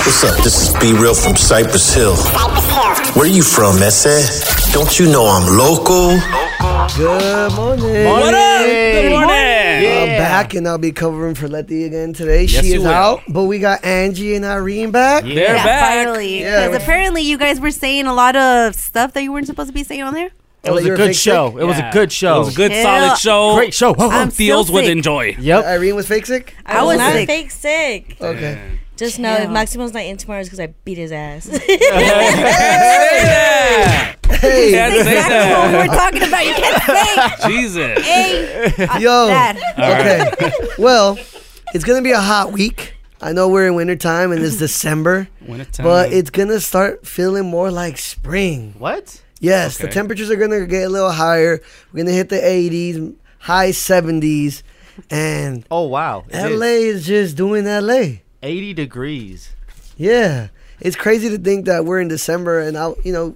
What's up? This is Be Real from Cypress Hill. Where you from, Messi? Don't you know I'm local? Good morning. What up? Good morning. I'm back and I'll be covering for Letty again today. Yes, she you is will. out, but we got Angie and Irene back. They're yeah, back. finally. Yeah. Because apparently you guys were saying a lot of stuff that you weren't supposed to be saying on there. It was You're a good fake show. sick? It was a Yeah. good show. It was a good, Yeah. solid show. great show. Whoa, whoa. I'm Feels still with sick. enjoy. yep. Uh, Irene was fake sick? I was not sick. fake sick. Okay. Just know if Damn. Maximo's not in tomorrow, it's because I beat his ass. Yeah. Hey, Can't say That's that. what we're talking about. You can't say Jesus. hey, yo. that. Okay. Well, it's going to be a hot week. I know we're in wintertime and it's December, Wintertime. but it's going to start feeling more like spring. What? Yes, the Okay. temperatures are going to get a little higher. We're going to hit the 80s, high 70s, and Oh wow. It is LA is just doing LA. 80 degrees. Yeah, it's crazy to think that we're in December and I, you know,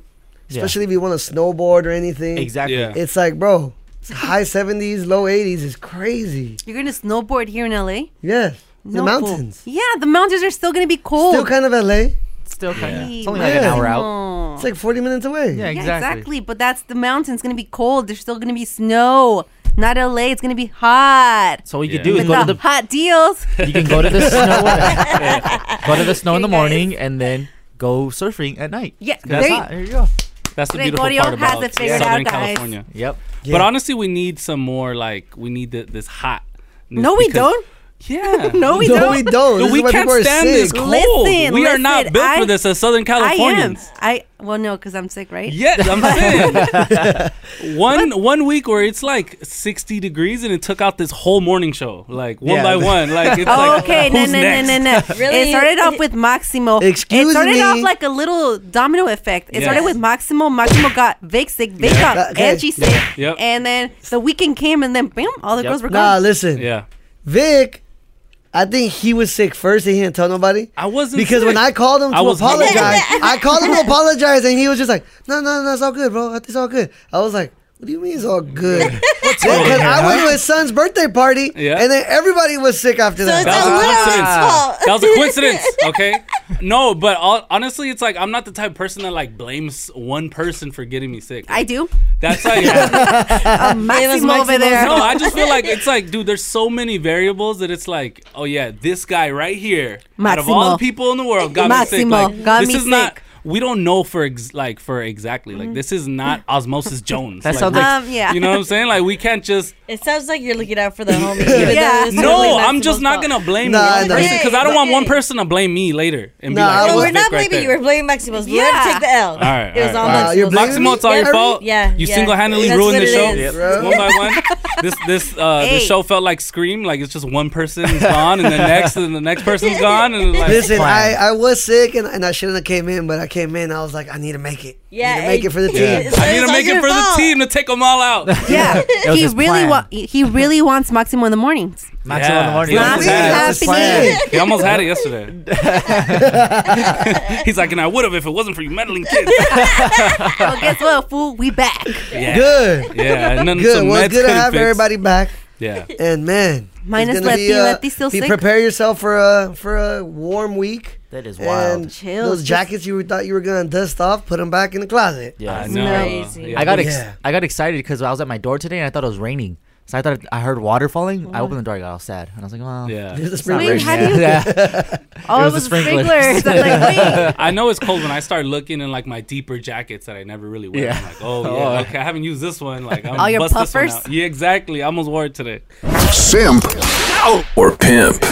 especially if you want to snowboard or anything. Exactly. Yeah. It's like, bro, it's high seventies, low eighties is crazy. You're going to snowboard here in LA? Yeah, the No, mountains, fool. Yeah, the mountains are still going to be cold. still kind of LA. Still kind of. Hey, It's only like an Yeah. hour out. no. It's like forty minutes away. Yeah, Yeah, exactly. exactly. But that's the mountains going to be cold. There's still going to be snow. Not LA. It's going to be hot. So what you Yeah. can do is With go the, to the hot deals. you can go to the snow. go to the snow in the You guys. morning and then go surfing at night. Yeah, That's there you- hot. There you go. That's the beautiful Gregorio part has about it figured Southern out, guys. California. Yep. Yeah. But honestly, we need some more. Like, we need th- this hot. No, we don't. Yeah. No, we no, don't. we don't. Dude, This we is why can't people are stand this sick. cold. Listen, we are not listen, built for I- this as I Southern am. Californians. I well, no, because I'm sick, right? Yeah, I'm saying one one week where it's like 60 degrees and it took out this whole morning show, like one Yeah. by one. Like it's Oh, like okay, no, who's no, no, next? no, no. Really? It started off with Maximo. Excuse It started me. off like a little domino effect. It started Yes. with Maximo. Maximo got Vic sick. Vic got Okay. Angie sick. Yep. And then the weekend came, and then bam, all the Yep. girls were Nah, gone. listen, Yeah, Vic. I think he was sick first and he didn't tell nobody. I wasn't because sick. when I called him to I was apologize, hungover. I called him to apologize and he was just like, "No, no, no, it's all good, bro. It's all good." I was like, "What do you mean it's all good?" Because I went to his son's birthday party Yeah. and then everybody was sick after So that. it's That was a a little coincidence. fault. that was a coincidence. Okay, no, but all, honestly, it's like I'm not the type of person that like blames one person for getting me sick. I do. That's like Uh, Maximo over Maximo's there. no, I just feel like it's like, dude, there's so many variables that it's like, oh yeah, this guy right here, out of all Maximo. the people in the world, got Maximo me sick. Like, got this me is not. sick. Mm-hmm. We don't know for ex- like for exactly like this is not Osmosis Jones. That like, sounds we- like- um, yeah. You know what I'm saying? Like we can't just it sounds like you're looking out for the homie. even Yeah. though it's no. really I'm Maximo's just not fault. gonna blame Nah, I one know. person because I don't want one Okay. person to blame me later and Nah, be I No, like, "Oh, was we're sick not right blaming you. there." We're blaming Maximo's. Yeah. Let him take the L. All right, It was all all right, all right. You're Maximo's. blaming Maximo, it's all your Every- fault. yeah, you yeah. single-handedly That's ruined what the it show. is. Bro. One by one. This this uh, this Hey. show felt like Scream. Like it's just one person's gone, and the next, and the next person's gone, and like Listen, I, Fine. I was sick and, and I shouldn't have came in, but I came in. I was like, I need to make it. I Yeah, need to make it for the yeah. team. It's- I need it's to all make it your for the fault. team to take them all out. Yeah, was he his really plan. wa- he- he really wants Maximo in the mornings. Maximo in the Yeah. morning. Yeah. That was Yeah. his Yeah. plan. Yeah. He almost had it yesterday. He's like, and I would have if it wasn't for you meddling kids. Well, guess what, fool? We back. Yeah, Good, yeah. And then good. some Well, meds it's good to couldn't have fix. everybody back. Yeah, And man, it's Minus gonna Lefty. uh, Lefty's still be sick. Prepare yourself for a for a warm week. That is And wild. Chill, Those just- jackets you thought you were gonna dust off, put them back in the closet. I Yeah. know. crazy. Yeah. I got ex- Yeah. I got excited because I was at my door today and I thought it was raining. So I thought I heard water falling. I opened the door. I got all sad and I was like, "Well, yeah. There's a Wait, spring how do you? yeah. Oh, It it was was, the a sprinkler. sprinklers. So I'm like, wait. I know it's cold when I start looking in like my deeper jackets that I never really wear. Yeah. I'm like, oh Oh, yeah, yeah. okay, I haven't used this one. Like, I'm All your bust this one puffers? out. Yeah, exactly. I almost wore it today. Simp or pimp.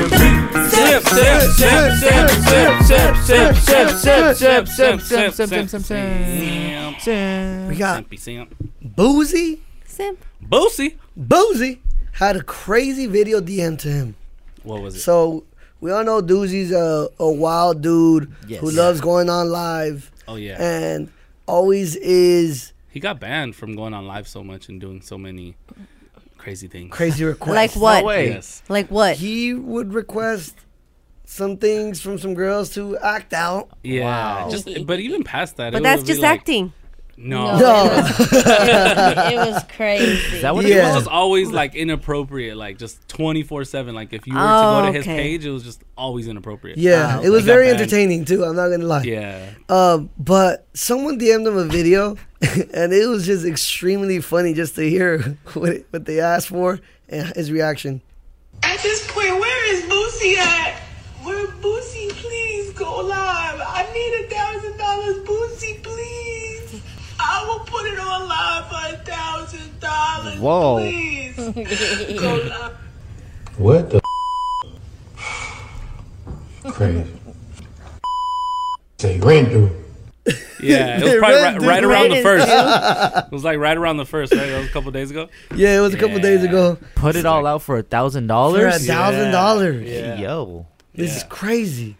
Sip, sip, sip, sip, sip, sip, sip, sip, sip, sip, sip, sip, sip, sip, sip. We got Simpy simp. Boozy. Simp. Boosie. Boozy had a crazy video DM to him. What was it? So we all know Doozy's a, a wild dude Yes. who loves going on live oh yeah, and always is he got banned from going on live so much and doing so many crazy things. crazy requests. Like what? way. Yes. Like what? He would request some things from some girls to act out. Yeah. Just, but even past that, it but would that's be just like- acting. No. No. it was crazy. Is that what Yeah. it It was? was always like inappropriate, like just 24 7. Like if you were to go Oh, to his okay. page, it was just always inappropriate. Yeah, it Like was that very band. entertaining too. I'm not gonna lie. Yeah. Um, but someone DM'd him a video, and it was just extremely funny just to hear what, it, what they asked for and his reaction. At this point, where is Boosie at? Where Boosie, please go live. I need a thousand dollars, Boosie, please. I will put it on live for a thousand dollars. Whoa. Please go live. What the? Crazy. Say, Randall. Yeah. It was probably right, Dude, right around the Red first. it was like right around the first, right? That was a couple days ago. Yeah, it was a couple Yeah. days ago. Put it all out for a thousand For a dollars. thousand dollars. Yeah. Yo. This is Yeah. crazy.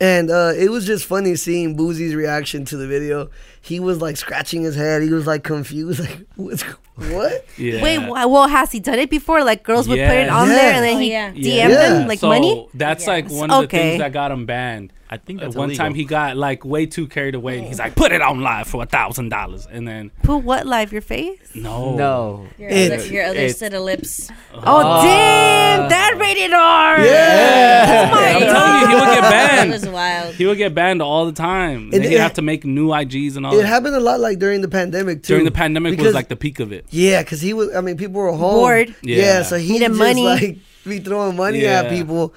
And uh, it was just funny seeing Boozy's reaction to the video. He was like scratching his head. He was like confused, like what's, what? Yeah. Wait, wha- well, has he done it before? Like girls would put it Yes. on there Yes. and then Oh, he yeah. Yeah. DM'd Yeah. them like so money. That's like one of the Okay. things that got him banned. I think At that's one illegal. time he got like way too carried away. and He's like, put it on live for a thousand dollars, and then Put what live your face? no, No. Your It's- other, your other it's- set of lips. Oh, damn, that rated R. Yeah. Oh my I'm telling god. you, he would get It was banned. wild. He would get banned all the time. Then It- he'd it- have to make new IGs and all. It that. happened a lot like during the pandemic too. during the pandemic was Because- like the peak of it. Yeah, because he was. I mean, people were home. Bored. Yeah, Yeah. so he Needed just money. like be throwing money at Yeah. people,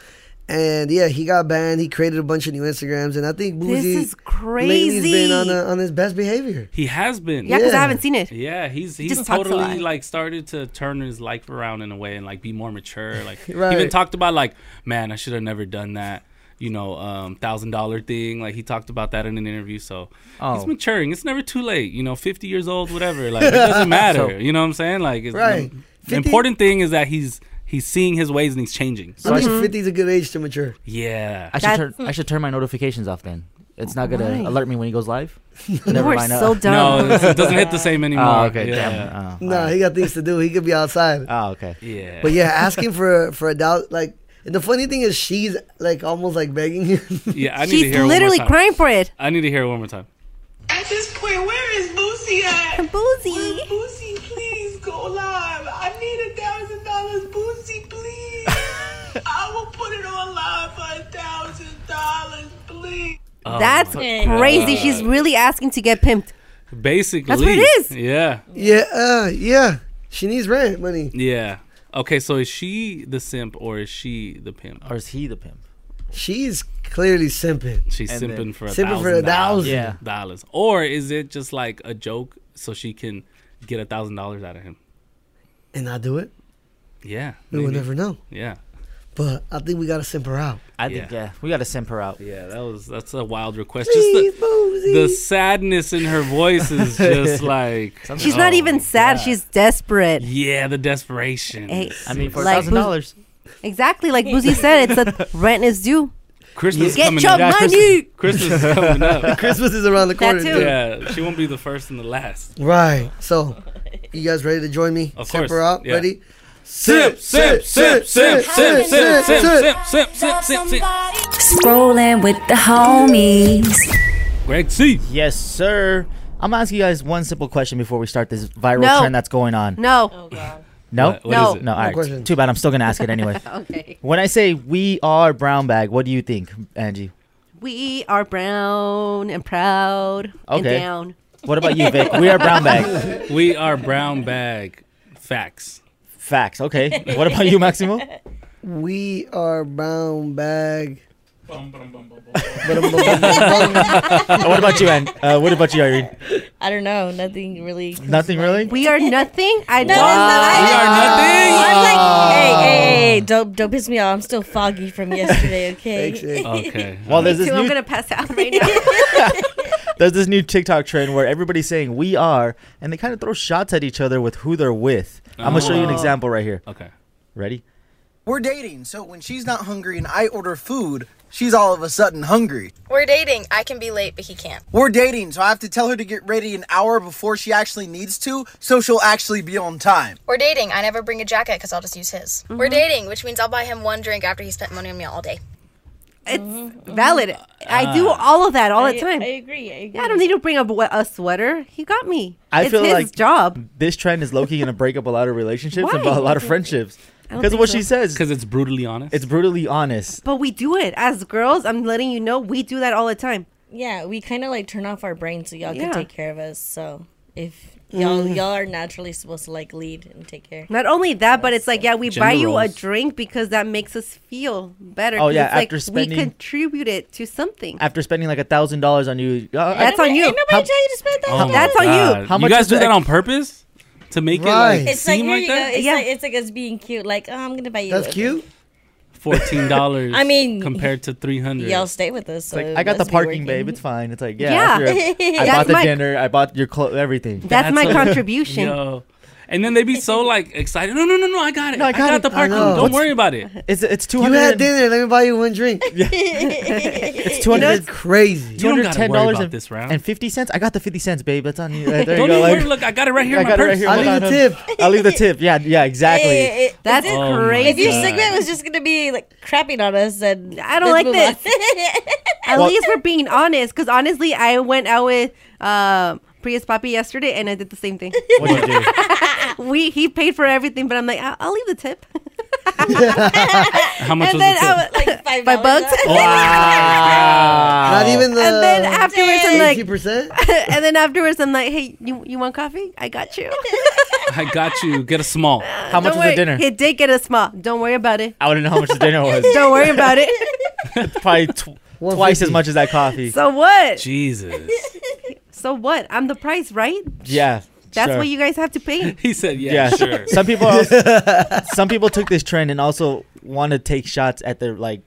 and yeah, he got banned. He created a bunch of new Instagrams, and I think Boozy This is lately has been crazy. on a, on his best behavior. He has been. yeah, because Yeah. I haven't seen it. Yeah, he's he's just talks a totally lot. like started to turn his life around in a way and like be more mature. Like Right. he even talked about like, man, I should have never done that. You know, um, thousand dollar thing. Like he talked about that in an interview. So he's Oh. maturing. It's never too late. You know, fifty years old, whatever. Like it doesn't matter. So- you know what I'm saying? Like it's, Right. the- 50 the important thing is that he's he's seeing his ways and he's changing. So I Mm-hmm. think fifty's a good age to mature. yeah, I should That's- turn. I should turn my notifications off then. It's not gonna Why? alert me when he goes live. You Never are mind. uh, so dumb. no, it's- it doesn't hit the same anymore. Oh, okay. Yeah. Damn. Oh, Nah, alright. he got things to do. He could be outside. Oh, okay. Yeah. But yeah, asking for for a doubt, like and the funny thing is, she's like almost like begging him. yeah, I need to She's hear it one more literally time. crying for it. I need to hear it one more time. At this point, where is Boosie at? Boozy. Where Boosie, please go live. I need a thousand dollars, Boosie, please. I will put it on live for a thousand dollars, please. Oh, That's my crazy. She's really asking to get pimped. basically That's what it is. Yeah. yeah, uh, yeah, she needs rent money. Yeah. Okay, so is she the simp or is she the pimp? Or is he the pimp? She's clearly simping. She's And simping then- for a Simping thousand for a dollars. thousand. Yeah. dollars. Or is it just like a joke so she can get a thousand dollars out of him? and I do it. Yeah. We will maybe. never know. Yeah. But I think we gotta simp her out. I think Yeah. yeah. We gotta simp her out. Yeah, that was that's a wild request. Please, just Boozy. the, the sadness in her voice is just like She's not Oh, even sad. God. She's desperate. Yeah, the desperation. Hey, I mean, for Like, thousand dollars. exactly like Boozy said, it's a rent is due. Christmas Get coming your up. money. Christmas is coming up. Christmas is around the corner. too. dude. yeah, she won't be the first and the last. Right. So, you guys ready to join me? Of Simp course. her out. Yeah. Ready? Sip, sip, sip, sip, sip, sip, sip, sip, sip, sip, sip. Scrolling with the homies. Greg C. Yes, sir. I'm gonna ask you guys one simple question before we start this viral No. trend that's going on. Oh, No. No, What- what is No. it? no. All right. question. Too bad. I'm still gonna ask it anyway. Okay. When I say we are brown bag, what do you think, Angie? We are brown and proud and Okay. down. What about you, Vic? We are brown bag. We are brown bag facts. Facts. Okay. What about you, Maximo? We are brown bag. Uh, what about you, An- uh, What about you, Irene? I don't know. Nothing really. Nothing really. We are nothing. I No, it's don't. not like We that. are nothing. I'm like, hey, hey, hey, hey, don't, don't piss me off. I'm still foggy from yesterday, Thanks, okay? Nick. Okay. Well, there's this Too, I'm new gonna pass out right now. there's this new TikTok trend where everybody's saying we are, and they kind of throw shots at each other with who they're with. I'm gonna show you an example right here. Oh. okay. Ready? We're dating, so when she's not hungry and I order food, she's all of a sudden hungry. We're dating. I can be late, but he can't. We're dating, so I have to tell her to get ready an hour before she actually needs to, so she'll actually be on time. We're dating. I never Mm-hmm. bring a jacket because I'll just use his. We're dating, which means I'll buy him one drink after he spent money on me all day. it's valid. I do Ah. all of that all I- the time. I agree, I Yeah, I don't need to bring up a, a sweater. He got me. I it's feel his like job. This trend is low key gonna break up a lot of relationships and Why? a lot of friendships I don't because think of what so. she says. Because it's brutally honest. It's brutally honest. But we do it as girls. I'm letting you know we do that all the time. Yeah, we kind of like turn off our brains so y'all Yeah. can take care of us. So if y'all Mm. y'all are naturally supposed to like lead and take care. Not only that, but it's like yeah, we Gender buy you a roles. drink because that makes us feel better. Oh, 'cause yeah, it's like after we spending- contributed to something. After spending like a thousand dollars on you, uh, That's on you. Nobody tell you to spend that. How- my That's on you. God. Oh How you much guys is do the- that on purpose to make it like It's like seem here like you that? go. It's like it's like us being cute. Like oh, I'm gonna buy you. a That's thing." cute. Fourteen dollars. I mean, compared to three hundred. Y'all stay with us. It's So like it I got the must be parking, working. babe. It's fine. It's like yeah, Yeah. after- I That's bought the my- dinner. I bought your clothes. Everything. Yo. And then they be so like excited. No, no, no, no. I got it. No, I I got got, it. the I parking. know. Don't What's- worry about it. It's it's two You hundred. had dinner. Let me buy you one drink. It's it's two hundred. Crazy. Two hundred ten dollars and this round. and fifty cents. I got the fifty cents, babe. That's on you. Uh, there Don't you go. even like- worry. Look, I got it right here. I in my got it right purse. here. Hold on, hold on. I'll leave the tip. Yeah, yeah, exactly. That's Oh my crazy. If your God. segment was just gonna be like crapping on us, then I don't like this. At Well- least we're being honest, because honestly, I went out with um Prius Papi yesterday, and I did the same thing. What'd you do? we he paid for everything, but I'm like, I'll, I'll leave the tip. How much and was then it? I was like five, bucks. Not even the. and then afterwards, I'm like, 50%? and then afterwards, I'm like, hey, you, you want coffee? I got you. I got you. Get a small. How Don't worry. He did get a small. Don't worry about it. I wouldn't know how much the dinner was. Don't worry about it. Probably tw- twice as much as that coffee. So what? Jesus. So what? I'm the price, right? Yeah. That's sure. what you guys have to pay. He said, "Yeah, sure." Some people, also, some people took this trend and also want to take shots at their like,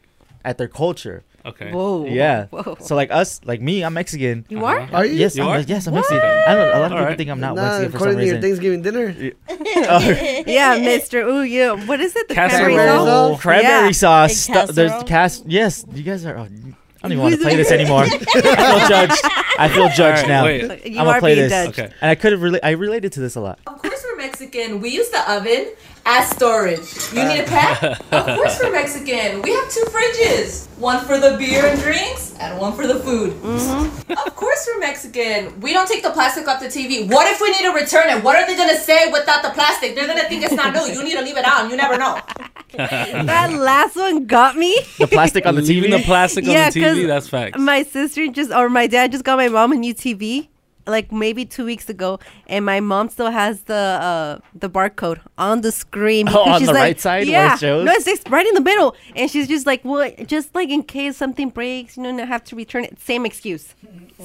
at their culture. Okay. Whoa. Yeah. Whoa. So like us, like me, I'm Mexican. You are? Uh-huh. Are you? Yes. You I'm, are? Yes, I'm Mexican. I don't, a lot of people Alright. think I'm not Nah, Mexican for some according to your reason. Thanksgiving dinner. yeah, Mister. Ooh, yeah. What is it? The cranberry Casserole, sauce? cranberry Yeah. sauce. stu- there's cas. Yes, you guys are. Oh, I don't even want to Who's- play this anymore. I feel judged. I feel judged Alright, now. wait. I'm You gonna are play being this, judged. Okay. and I could have. Rela- I related to this a lot. Of course, we're Mexican. We use the oven as storage. You need a pet? Of course, we're Mexican. We have two fridges one for the beer and drinks, and one for the food. Of course, we're Mexican. We don't take the plastic off the TV. What if we need to return it? What are they going to say without the plastic? They're going to think it's not new. You need to leave it on. You never know. That last one got me. The plastic on the TV. Leaving the plastic Yeah, on the 'cause TV. That's fact. My sister just or my dad just got my mom a new TV like maybe two weeks ago, and my mom still has the uh, the barcode on the screen. Oh, because on the right side where it yeah, shows? no, it's just right in the middle, and she's just like, well, just like in case something breaks, you know, and I have to return it. Same excuse,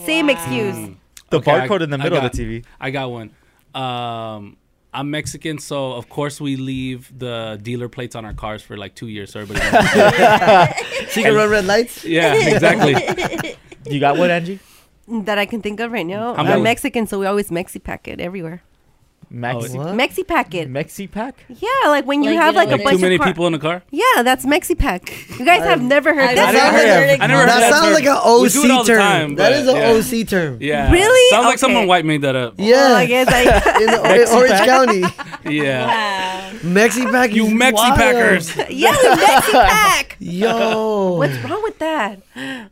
same Mm. excuse. The Okay, I- barcode in the I middle got- of the TV. I got one. Um, I'm Mexican, so of course we leave the dealer plates on our cars for like two years, so everybody. knows. So you can run red lights? Yeah, exactly. You got one, Angie? That I can think of right now. I'm I'm, down. Mexican, so we always Mexi pack it everywhere. Oh, Maxi. Oh, Mexi pack it. Mexi pack. Yeah, like when you Like, have you know, like, like a too bunch many of car- people in a car? Yeah, that's Mexi pack. You guys have never heard that. I never heard that sounds term. like an We do it all OC the term. time, that but is an yeah. OC term. Yeah. Really? Sounds like Okay. someone white made that up. Yeah. Well, Oh, I guess I- in the Ori- Mexipack. Orange County. Yeah. Mexipack. You is Mexipackers. wild. Yeah, we Mexi pack. Yo. What's wrong with that?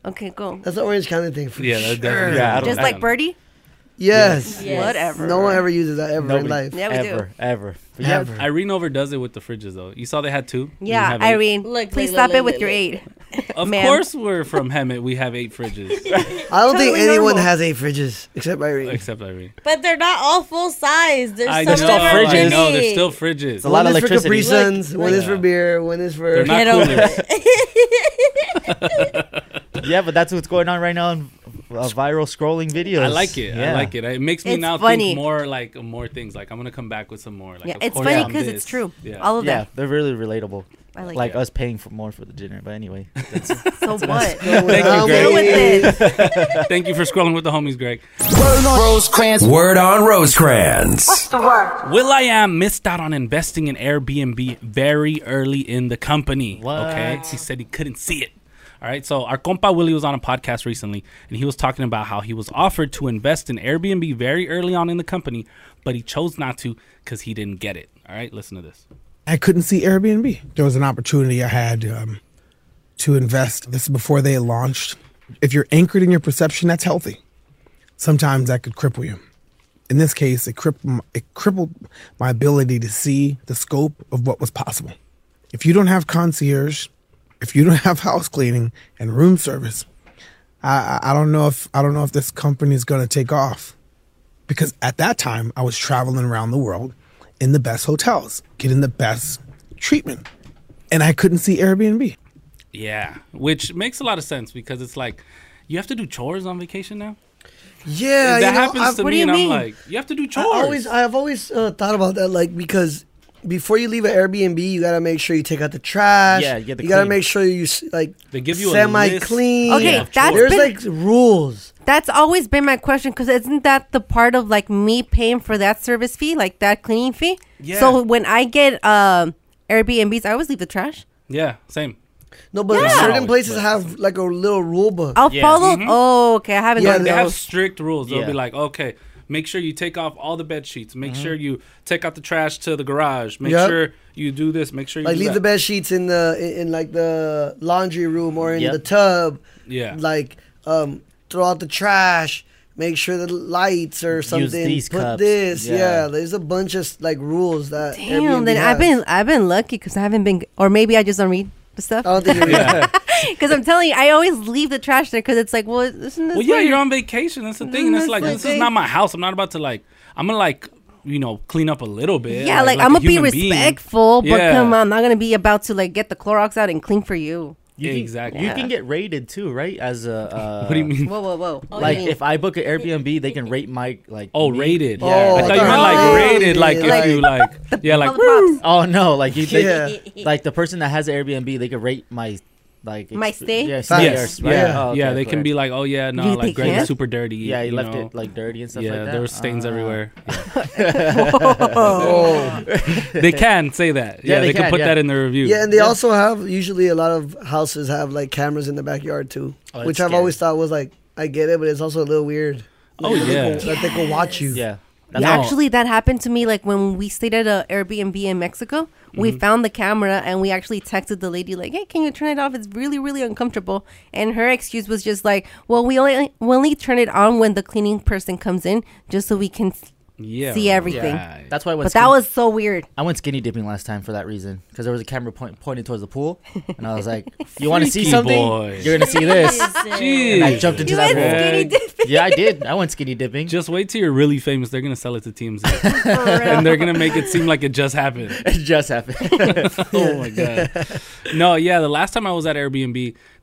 Okay, go. That's an Orange County thing for Yeah, that sure. definitely- Yeah, I don't- Just like Birdie? Yes. Yes. Whatever. No one ever uses that ever in Nobody life. Yeah, we do. ever, ever, But yeah, Ever. Irene overdoes it with the fridges, though. You saw they had two. We Yeah, have eight. Irene. Look, please look, stop look, it with look, your look. aid. Of ma'am. course, we're from Hemet. We have eight fridges. I don't think Totally anyone normal. has eight fridges except Irene. Except Irene. But they're not all full size. There's I some know, that are I know, mini. there's still fridges. It's a One lot of is for electricity. Capri Suns. Look, One look. is for beer. One is for. They're not Get over coolers. yeah, but that's what's going on right now in uh, viral scrolling videos. I like it. I Yeah. like it. It makes me It's now funny. think more like more things. Like I'm gonna come back with some more. Like, Yeah, of it's course funny I'm 'cause it's this. true. Yeah. All of yeah, them. they're really relatable. I like like us paying for more for the dinner. But anyway, So what? Thank you, How Greg. many with Thank you for scrolling with the homies, Greg. Rosecrans. Word on Rosecrans. Ah! the word? Will I am missed out on investing in Airbnb very early in the company. Okay, he said he couldn't see it. All right, so our compa Willie was on a podcast recently, and he was talking about how he was offered to invest in Airbnb very early on in the company, but he chose not to because he didn't get it. All right, listen to this. I couldn't see Airbnb. There was an opportunity I had um, to invest. This is before they launched. If you're anchored in your perception, that's healthy. Sometimes that could cripple you. In this case, it, crippled, it crippled my ability to see the scope of what was possible. If you don't have concierge, if you don't have house cleaning and room service, I, I I don't know if I don't know if this company is going to take off because at that time I was traveling around the world in the best hotels, getting the best treatment, and I couldn't see Airbnb. Yeah, which makes a lot of sense because it's like you have to do chores on vacation now. Yeah, that you know, happens I've- to what do me, you and mean? I'm like, you have to do I chores. always, I've always uh, thought about that, like because before you leave an Airbnb, you gotta make sure you take out the trash. Yeah, get the you gotta clean. make sure you s- like They give you a semi-clean. list. Okay, Yeah, of that's there's been- like rules. That's always been my question because isn't that the part of like me paying for that service fee, like that cleaning fee? Yeah. So when I get um Airbnbs, I always leave the trash. Yeah, same. No, but Yeah. certain places have like a little rule book. I'll follow. Oh, okay. I haven't Mm-hmm. Yeah, done they have those. strict rules. They'll Yeah. be like, okay, make sure you take off all the bed sheets. Make Mm-hmm. sure you take out the trash to the garage. Make Yep. sure you do this. Make sure you Like do leave that. the bed sheets in the in, in, like the laundry room or in Yep. the tub. Yeah. oh Like um, throw out the trash. Make sure the lights or something. these Put cups. this. Yeah. Yeah. There's a bunch of like rules that. Damn. Airbnb then has. I've been I've been lucky because I haven't been, or maybe I just don't read the stuff. I don't think you read. Because I'm telling you, I always leave the trash there because it's like, well, isn't this? Well, yeah, where- you're on vacation. That's the thing. Mm, And it's like, this is not my house. I'm not about to like. I'm gonna like, you know, clean up a little bit. Yeah, like, a I'm gonna be human being. respectful, but Yeah. come on, I'm not gonna be about to like get the Clorox out and clean for you. You can- You can get rated too, right? As a. Uh, What do you mean? Whoa, whoa, whoa! Oh, like yeah. if I book an Airbnb, they can rate my like. Oh, rated. Yeah. Oh, I thought you meant like rated, like if you like, yeah, like. Oh no, like you, they, Yeah. like the person that has an Airbnb, they could rate my like My exp- stay? Yeah, Yes. stay or Yes. sp- Yeah. Oh, okay, Yeah, they okay. can be like, oh, yeah, no, You like, think Greg they was can? super dirty, Yeah, he you left know. it like dirty and stuff Yeah, like that. Oh. there were stains everywhere. Whoa. they can say that. Yeah, they, can, put that in their review. Yeah, and they also have usually a lot of houses have like cameras in the backyard too, Oh, that's which I've scary. always thought was like I get it, but it's also a little weird. Oh, That they yeah. can- that they can watch you. Yeah, Yeah, actually, that happened to me. Like when we stayed at a Airbnb in Mexico, we Mm-hmm. Mhm. found the camera and we actually texted the lady like, "Hey, can you turn it off? It's really, really uncomfortable." And her excuse was just like, "Well, we only we only turn it on when the cleaning person comes in, just so we can s- Yeah, see everything." right. That's why I went But that skin- was so weird. I went skinny dipping last time for that reason because there was a camera point pointed towards the pool, and I was like, "You want to see Freaky something? boy. You're gonna see this." Jeez. And I jumped into You that went skinny pool. Yeah, I did. I went skinny dipping. Just wait till you're really famous. They're gonna sell it to teams, and they're gonna make it seem like it just happened. It just happened. oh my god. No, yeah. The last time I was at Airbnb,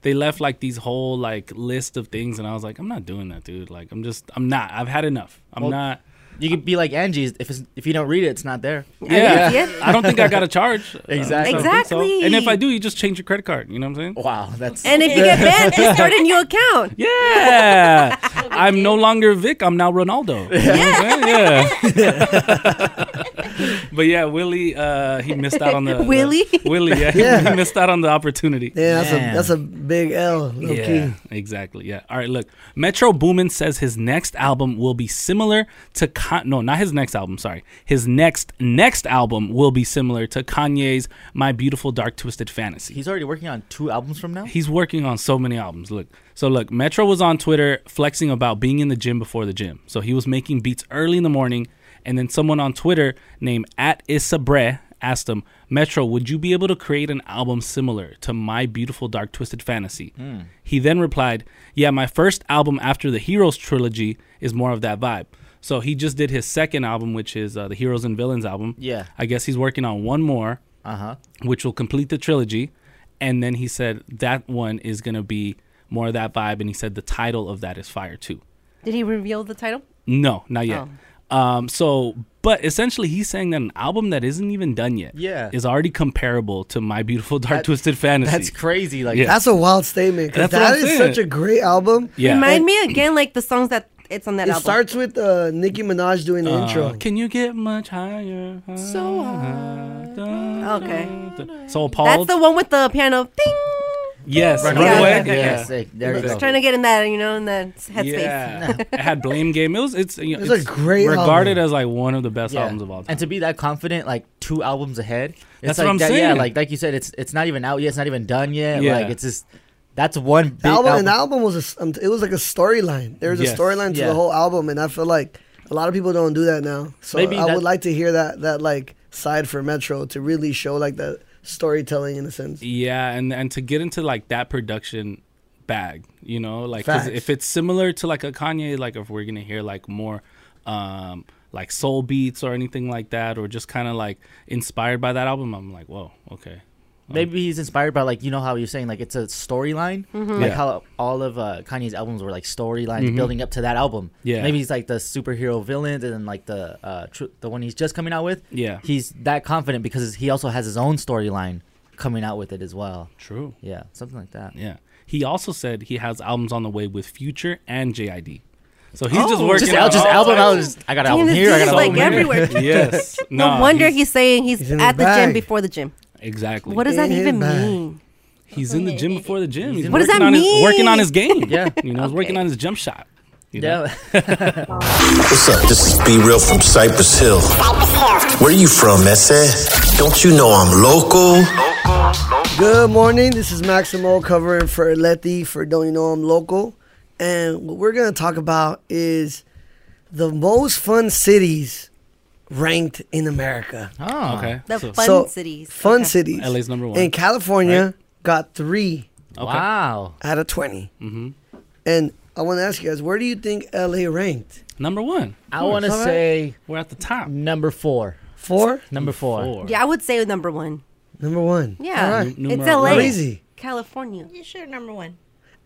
they left like these whole like list of things, and I was like, I'm not doing that, dude. Like, I'm just, I'm not. I've had enough. I'm Well, not. You could be like Angie's if it's, if you don't read it, it's not there. Yeah, I don't think I got to charge. I don't Exactly. think so. Exactly. And if I do, you just change your credit card. You know what I'm saying? Wow, that's. And if you get banned, they start a new account. Yeah. I'm no longer Vic. I'm now Ronaldo. You know what I'm saying? Yeah. but yeah, Willie, uh, he missed out on the the- Willie? Willie, yeah, Yeah. he missed out on the opportunity. Yeah, that's a that's a big L. low yeah, key. exactly. Yeah. All right. Look, Metro Boomin says his next album will be similar to Con- no, not his next album. Sorry, his next next album will be similar to Kanye's "My Beautiful Dark Twisted Fantasy." He's already working on two albums from now. He's working on so many albums. Look, so look, Metro was on Twitter flexing about being in the gym before the gym. So he was making beats early in the morning, and then someone on Twitter named at Isabre asked him, Metro, would you be able to create an album similar to My Beautiful Dark Twisted Fantasy? Hmm. He then replied, Yeah, my first album after the Heroes trilogy is more of that vibe. So he just did his second album, which is uh, the Heroes and Villains album. Yeah. I guess he's working on one more, Uh-huh. which will complete the trilogy. And then he said that one is going to be more of that vibe. And he said the title of that is Fire 2. Did he reveal the title? No, not yet. Oh. Um, so, but essentially, he's saying that an album that isn't even done yet Yeah. is already comparable to My Beautiful Dark That- Twisted Fantasy. that's crazy, like- That's a wild statement. 'cause That's what that I'm is saying. such a great album. Yeah. Remind And me again, like the songs that it's on that It album. starts with uh, Nicki Minaj doing the Uh, intro. Can you get much higher? So high. okay. So Paul. That's the one with the piano. Ding. Yes, Right run away. away. Yeah. Yes, hey, there you Just go. trying to get in that, you know, in that headspace. Yeah, it had Blame Game. It was it's you know, It's a great regarded album. as like one of the best albums of all time. And to be that confident, like two albums ahead, it's That's like what I'm that, Yeah, saying. like like you said, it's it's not even out yet. It's not even done yet. Yeah. Like it's just that's one The big album, album. An album was a s um, it was like a storyline. There was a Yes. storyline to Yeah. the whole album, and I feel like a lot of people don't do that now. So Maybe I that- would like to hear that that like side for Metro to really show like the storytelling in a sense. Yeah, and and to get into like that production bag, you know, like 'cause Facts. if it's similar to like a Kanye, like if we're gonna hear like more, um, like soul beats or anything like that, or just kind of like inspired by that album, I'm like, whoa, okay. Maybe he's inspired by like you know how you're saying like it's a storyline, Mhm. like Yeah. how all of uh, Kanye's albums were like storylines Mhm. building up to that album. Yeah. maybe he's like the superhero villain, and then like the uh, tr- the one he's just coming out with. Yeah. he's that confident because he also has his own storyline coming out with it as well. True. Yeah, something like that. Yeah. He also said he has albums on the way with Future and JID. So he's just Oh. working Just al- just all album, types. I was just- I got an Damn, album this here, I dude got an is, album like, here. everywhere. yes. No Nah, wonder he's- he's, saying he's, he's in at the his gym bag. before the gym. Exactly. What does that even mean? He's in the gym before the gym. He's What does working that on his- mean? working on his game. yeah. You know, he's working on his jump shot. You know? What's up? This is Be Real from Cypress Hill. Where you from, Messi? Don't you know I'm local? Good morning. This is Maximo covering for Letty for Don't You Know I'm Local. And what we're going to talk about is the most fun cities ranked in America. Oh. Okay. The So- fun cities. Fun Okay. cities. LA's number one. And California got three Okay. Wow. out of 20. Mhm. And I want to ask you guys, where do you think LA ranked? Number one. I want to say we're at the top. Number four. Four. Number four. Yeah, I would say number one. Number one. Yeah, All it's LA, Crazy. California. You sure number one?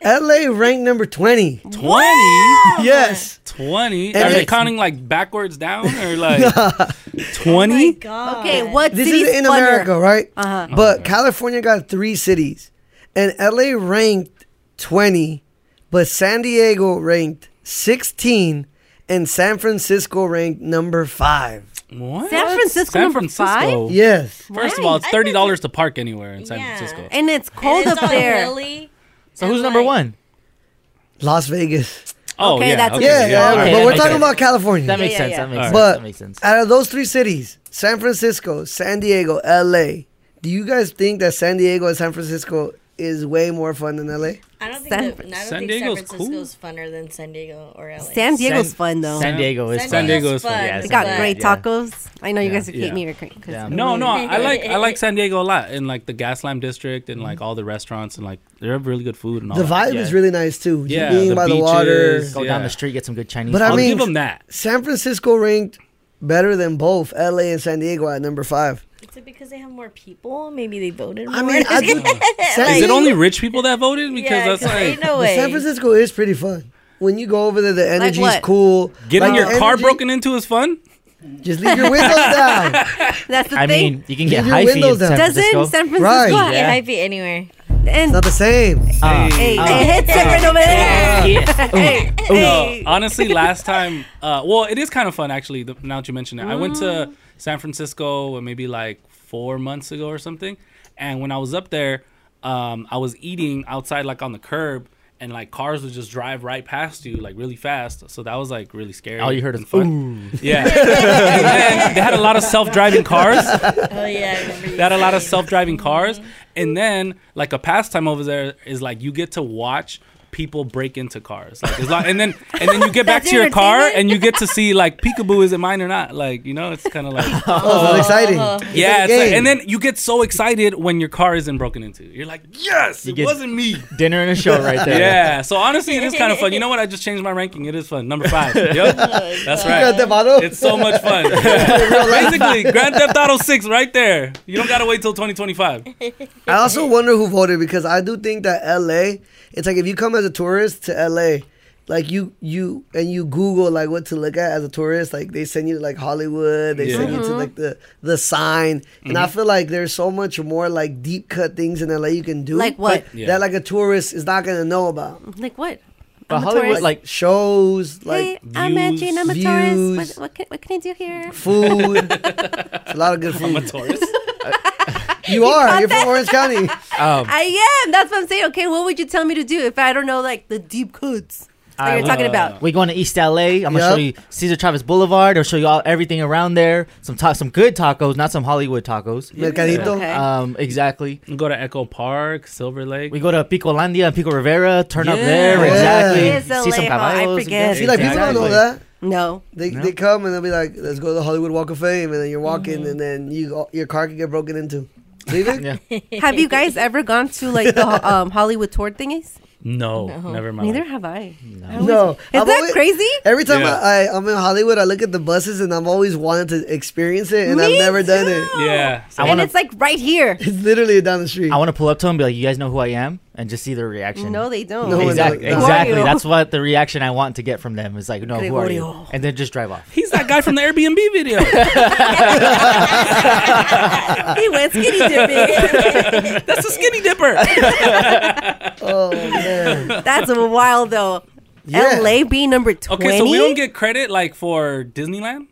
LA ranked number 20. 20? Wow. Yes. 20? And Are they it's- counting like backwards down or like 20? Oh. Okay, what This city's is in funner? America, right? Uh-huh. But California got three cities, and LA ranked 20, but San Diego ranked 16, and San Francisco ranked number five. What? San Francisco number five? Yes. First of all, it's thirty dollars to park anywhere in San Francisco. And it's cold it's up all there. Really? So who's number one? Las Vegas. Oh, Okay, yeah, that's okay, yeah, yeah, yeah, okay, but that we're makes talking sense. about California. That makes Yeah, sense, yeah, that yeah. makes sense, But that makes sense. out of those three cities, San Francisco, San Diego, LA, do you guys think that San Diego and San Francisco is way more fun than LA? I don't think, San- that, I don't San think Diego's San Francisco's funner than San Diego or LA. San Diego's fun though. San Diego is San Diego is fun. Yeah, they San got Diego- great yeah. tacos. I know you guys hate Yeah. me or cause No, no, I like I like San Diego a lot, and like the Gaslamp District, and like all the restaurants, and like they have really good food and all. The that. vibe is really nice too. Just Yeah, being the by the beaches, water. Go down the street, get some good Chinese. But I food. mean, that. San Francisco ranked better than both LA and San Diego at number five. Is it because they have more people? Maybe they voted more. I mean, I think Is it only rich people that voted? Because Yeah, that's 'cause like ain't no But San way. Francisco is pretty fun. When you go over there, the energy's what? cool. getting Like, your the car energy- broken into is fun. Just leave your windows down. That's the I thing. mean, you can get Leave your hyphy in windows San down. Francisco. Doesn't San Francisco Right. have Yeah. Might be anywhere. It's not the same. Uh, Hey, Oh. uh, it hits different over there. Hey, Oh, hey. No, honestly, last time, uh, well, it is kind of fun actually. The, now that you mention it, I went Mm. to San Francisco uh, maybe like four months ago or something, and when I was up there, um, I was eating outside like on the curb. And like cars would just drive right past you like really fast, so that was like really scary. All you heard is and fun. Yeah, and they had a lot of self-driving cars. Oh yeah, I remember you They had a lot of saying. self-driving cars, and then like a pastime over there is like you get to watch people break into cars, like as long, and then and then you get back That's to your car entertainment? and you get to see like peekaboo is it mine or not, like you know it's kind of like Oh, so it's exciting. yeah, It's it's a like, game. and then you get so excited when your car isn't broken into. You're like, yes, it wasn't me. Dinner and a show right there. Yeah, so honestly, it is kind of fun. You know what? I just changed my ranking. It is fun. Number five. Yep. That's Grand right. Theft Auto? It's so much fun. Basically, Grand Theft Auto 6 right there. You don't got to wait till 2025. I also wonder who voted because I do think that LA, it's like if you come as a tourist to LA, like you you and you Google like what to look at as a tourist, like they send you to like Hollywood, they send you to Yeah. like the the sign, and I Mm-hmm. Mhm. feel like there's so much more like deep cut things in LA you can do, Like what? but Yeah. that like a tourist is not gonna know about. Like what? But I'm a Hollywood, tourist. like shows, like hey, I'm Angie, and I'm a tourist. views, What, what, can, what can I do here? food. it's a lot of good food. I'm a tourist. You are. You're from Orange County. Um, I am. That's what I'm saying. Okay, what would you tell me to do if I don't know like the deep codes that I you're talking will- about? We're going to East LA. I'm gonna Yup. show you Cesar Chavez Boulevard. I'll show you all everything around there. Some ta- some good tacos, not some Hollywood tacos. Mercadito. Okay. Um, exactly. We go to Echo Park, Silver Lake. We go to Picolandia and Pico Rivera. Turn up Yeah. there. Yeah. Exactly. It is See some LA, huh? I caballos. forget. See, like people don't know Exactly. that. No, they they come and they'll be like, "Let's go to the Hollywood Walk of Fame," and then you're walking, Mm-hmm. and then you your car can get broken into. See that? Have you guys ever gone to like the um, Hollywood tour thingies? No, never in my Neither life. have I. I always- No, is I've that always- crazy? Every time Yeah. I, I, I'm in Hollywood, I look at the buses, and I've always wanted to experience it, and I've Me never done it. Yeah. I and wanna- it's like right here. It's literally down the street. I want to pull up to them and be like, "You guys know who I am," and just see their reaction. No, they don't. exactly. Who are Exactly. you? That's what the reaction I want to get from them is like, "No, who are you?" Gregorio. And then just drive off. He's that guy from the Airbnb video. he went skinny dipping. That's a skinny dipper. oh man, that's a wild though. Yeah. L.A. being number twenty. Okay, so we don't get credit like for Disneyland.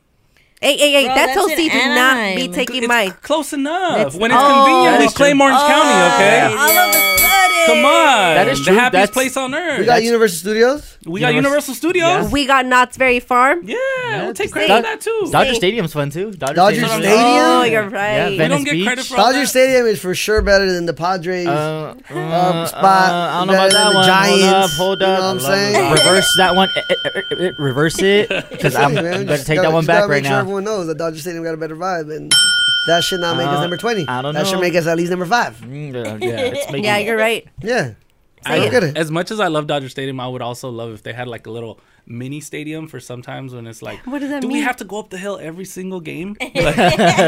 Hey, hey, hey! Bro, that's that's OC. in Do not be Anaheim. taking mine. Close enough. Uh, when it's convenient, we claim Orange Oh, County. Okay. All of a sudden, Come on. That is The true. happiest That's- place on earth. We got Universal Studios. We got Universal Studios. We got Knott's Berry Farm. Yeah, we'll take credit Say- for that too. Dodger Say- Stadium's fun too. Dodger, Dodger Stadium? Oh, you're right. Yeah, We Venice don't get Beach. credit for all Dodger Stadium is for sure better than the Padres Uh, um, spot. Uh, I don't know better about than that the one. Giants. Hold You up, know what I'm hold up. saying? reverse that one. Eh, eh, eh, eh, reverse it, because I'm Hey, man, I'm gonna just take gotta- that one just gotta back right make sure now. Everyone knows that Dodger Stadium got a better vibe, and that should not make us Uh, number twenty. I don't that should know. make us at least number five. Mm, Yeah, yeah, it's making- Yeah, you're right. Yeah. I, Say it. Look at it. As much as I love Dodger Stadium, I would also love if they had like a little mini stadium for sometimes when it's like, What does that do we mean? have to go up the hill every single game? Like,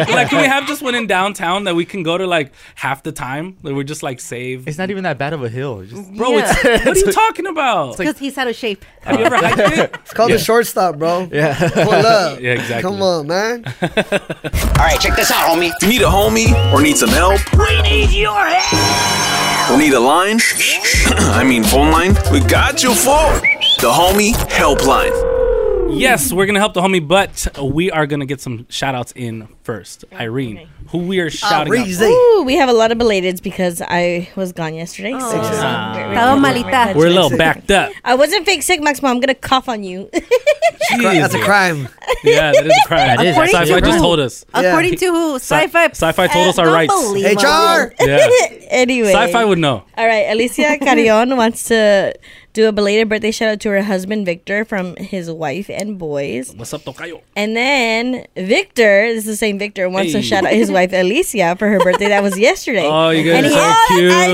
like, do we have just one in downtown that we can go to like half the time? That we're just like save. It's not even that bad of a hill. It's Just, Bro, it's, Yeah. what are you talking about? Because he's out of shape. have you ever hiked it? It's called the shortstop, bro. Yeah. Pull up. Yeah, exactly. Come on, man. All right, check this out, homie. If you need a homie or need some help, We need your help. or need a line, I mean phone line, we got you for the homie helpline. Yes, we're gonna help the homie, but we are gonna get some shout outs in first. Irene, who we Uh, are shouting out. for. Ooh, we have a lot of belateds because I was gone yesterday. So Ah. we're- Estaba we're- malita. We're a little backed up. I wasn't fake sick, Max. Mom, I'm gonna cough on you. That's a crime. Yeah, that is a crime. That is, Sci that's fi actually a just crime. told us. According to who? Sci-fi. Sci-fi told us our don't rights. believe HR. us. Yeah. anyway, Sci fi would know. All right, Alicia Carrion wants to do a belated birthday shout out to her husband Victor from his wife and boys. What's up, Tocayo? And then Victor, this is the same Victor, wants Hey. to shout out his wife Alicia for her birthday. That was yesterday. Oh, you guys And are he- so cute. I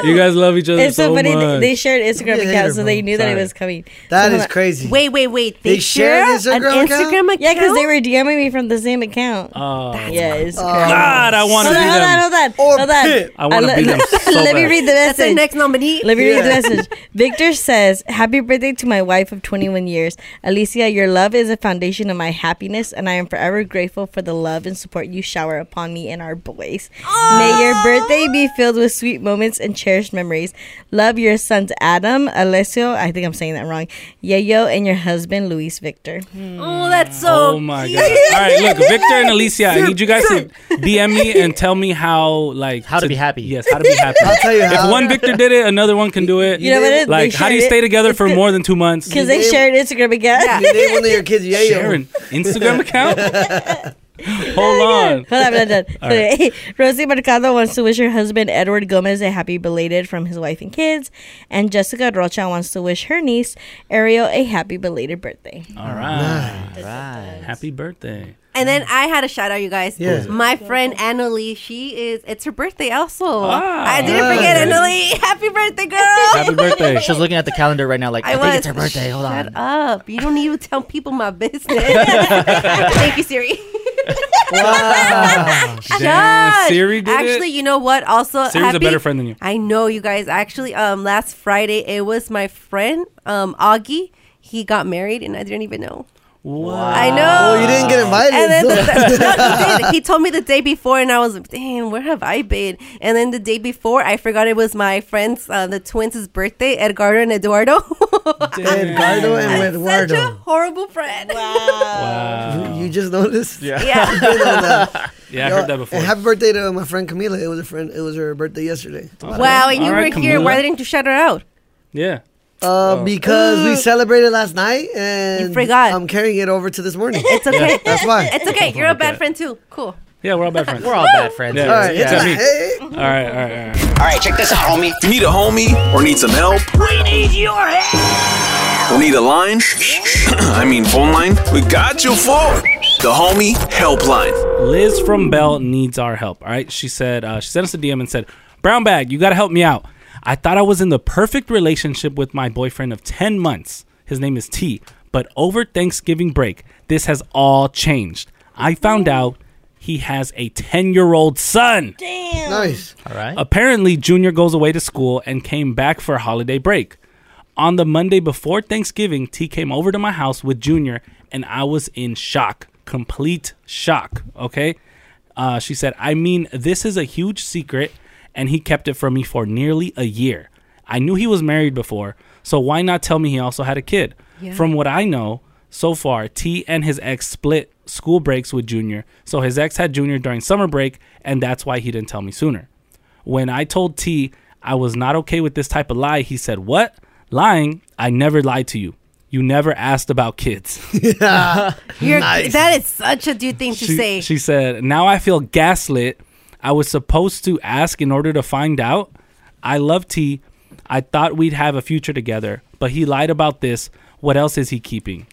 know. You guys love each other It's so, so funny. much. They shared Instagram You're a hater, account, so they bro. knew that it Sorry. was coming. That So is hold on. crazy. Wait, wait, wait. They, They shared share Instagram an account? Instagram account. Yeah, because they were DMing me from the same account. Oh, yeah, it's crazy. God, I want to Hold be on, hold on, them. hold on, hold on. Pitt. I wanna Uh, be le- them so Let me bad. read the That's the message. next nominee. Let me read the Yeah. message. Victor says, "Happy birthday to my wife of 21 years, Alicia. Your love is a foundation of my happiness, and I am forever grateful for the love and support you shower upon me and our boys. May your birthday be filled with sweet moments and cherished memories. Love your sons Adam, Alessio. I think I'm saying that wrong. Yayo and your husband Luis Victor. Oh, that's so. Oh my god! All right, look, Victor and Alicia, I need you guys to DM me and tell me how, like, How to be happy. Yes, how to be happy. I'll tell you how. If one Victor did it, another one can do it. You know what? it is? They Like, how do you shared stay it together for more than two months? Because they They- shared Instagram again. You name one of your kids Yayo. Sharon, Instagram account. Hold on. Hold on, I'm not done. All right. So, Rosie Mercado wants to wish her husband Edward Gomez a happy belated from his wife and kids, and Jessica Rocha wants to wish her niece Ariel a happy belated birthday. All right. All right. Happy birthday. And then I had a shout out, you guys. Yeah. My friend Annalie, she is. It's her birthday also. Ah. I didn't nice. forget Annalie. Happy birthday, girl. Happy birthday. She's looking at the calendar right now, like I, I think was- it's her birthday. Hold Shut on. up. You don't even tell people my business. Thank you, Siri. Wow. Damn, Siri did it? Actually, you know what? Also, Siri's a better friend than you. I know you guys. Actually, um, last Friday it was my friend um Augie. He got married, and I didn't even know. Wow. I know. Well, you didn't get invited. And then the, so- no, he did. He told me the day before, and I was like, "Damn, where have I been?" And then the day before, I forgot it was my friends, uh, the twins' birthday, Edgardo and Eduardo. Edgardo and I'm Such a Eduardo. horrible friend. Wow. You just noticed? yeah. You know that. Yeah, I heard that before. And happy birthday to my friend Camila. It was a friend. It was her birthday yesterday. Wow, and you were here. Why didn't you shout her out? Yeah. Uh, Oh. because we Ooh. celebrated last night and forgot. I'm carrying it over to this morning. It's okay. That's why. It's okay. You're a bad friend too. Cool. Yeah, we're all bad friends. We're all bad friends. Yeah, All right, yeah, it's me. like- all right, all right, all right. All right, check this out, homie. If you need a homie or need some help We need your help. or need a line, I mean phone line, we got you for the homie helpline. Liz from Bell needs our help. All right, she said uh, she sent us a DM and said, "Brown bag, you got to help me out. I thought I was in the perfect relationship with my boyfriend of ten months. His name is T. But over Thanksgiving break, this has all changed. I found out he has a ten-year-old son. Damn. Nice. All right. Apparently, Junior goes away to school and came back for a holiday break. On the Monday before Thanksgiving, T came over to my house with Junior, and I was in shock, complete shock. Okay. Uh, she said, I mean, this is a huge secret, and he kept it from me for nearly a year. I knew he was married before, so why not tell me he also had a kid? Yeah. From what I know so far, T and his ex split school breaks with Junior. So his ex had Junior during summer break, and that's why he didn't tell me sooner. When I told T I was not okay with this type of lie, he said, What? Lying? I never lied to you. You never asked about kids. You're, Nice. That is such a dude thing to she, say. she said, Now I feel gaslit. I was supposed to ask in order to find out. I love T. I thought we'd have a future together, but he lied about this. What else is he keeping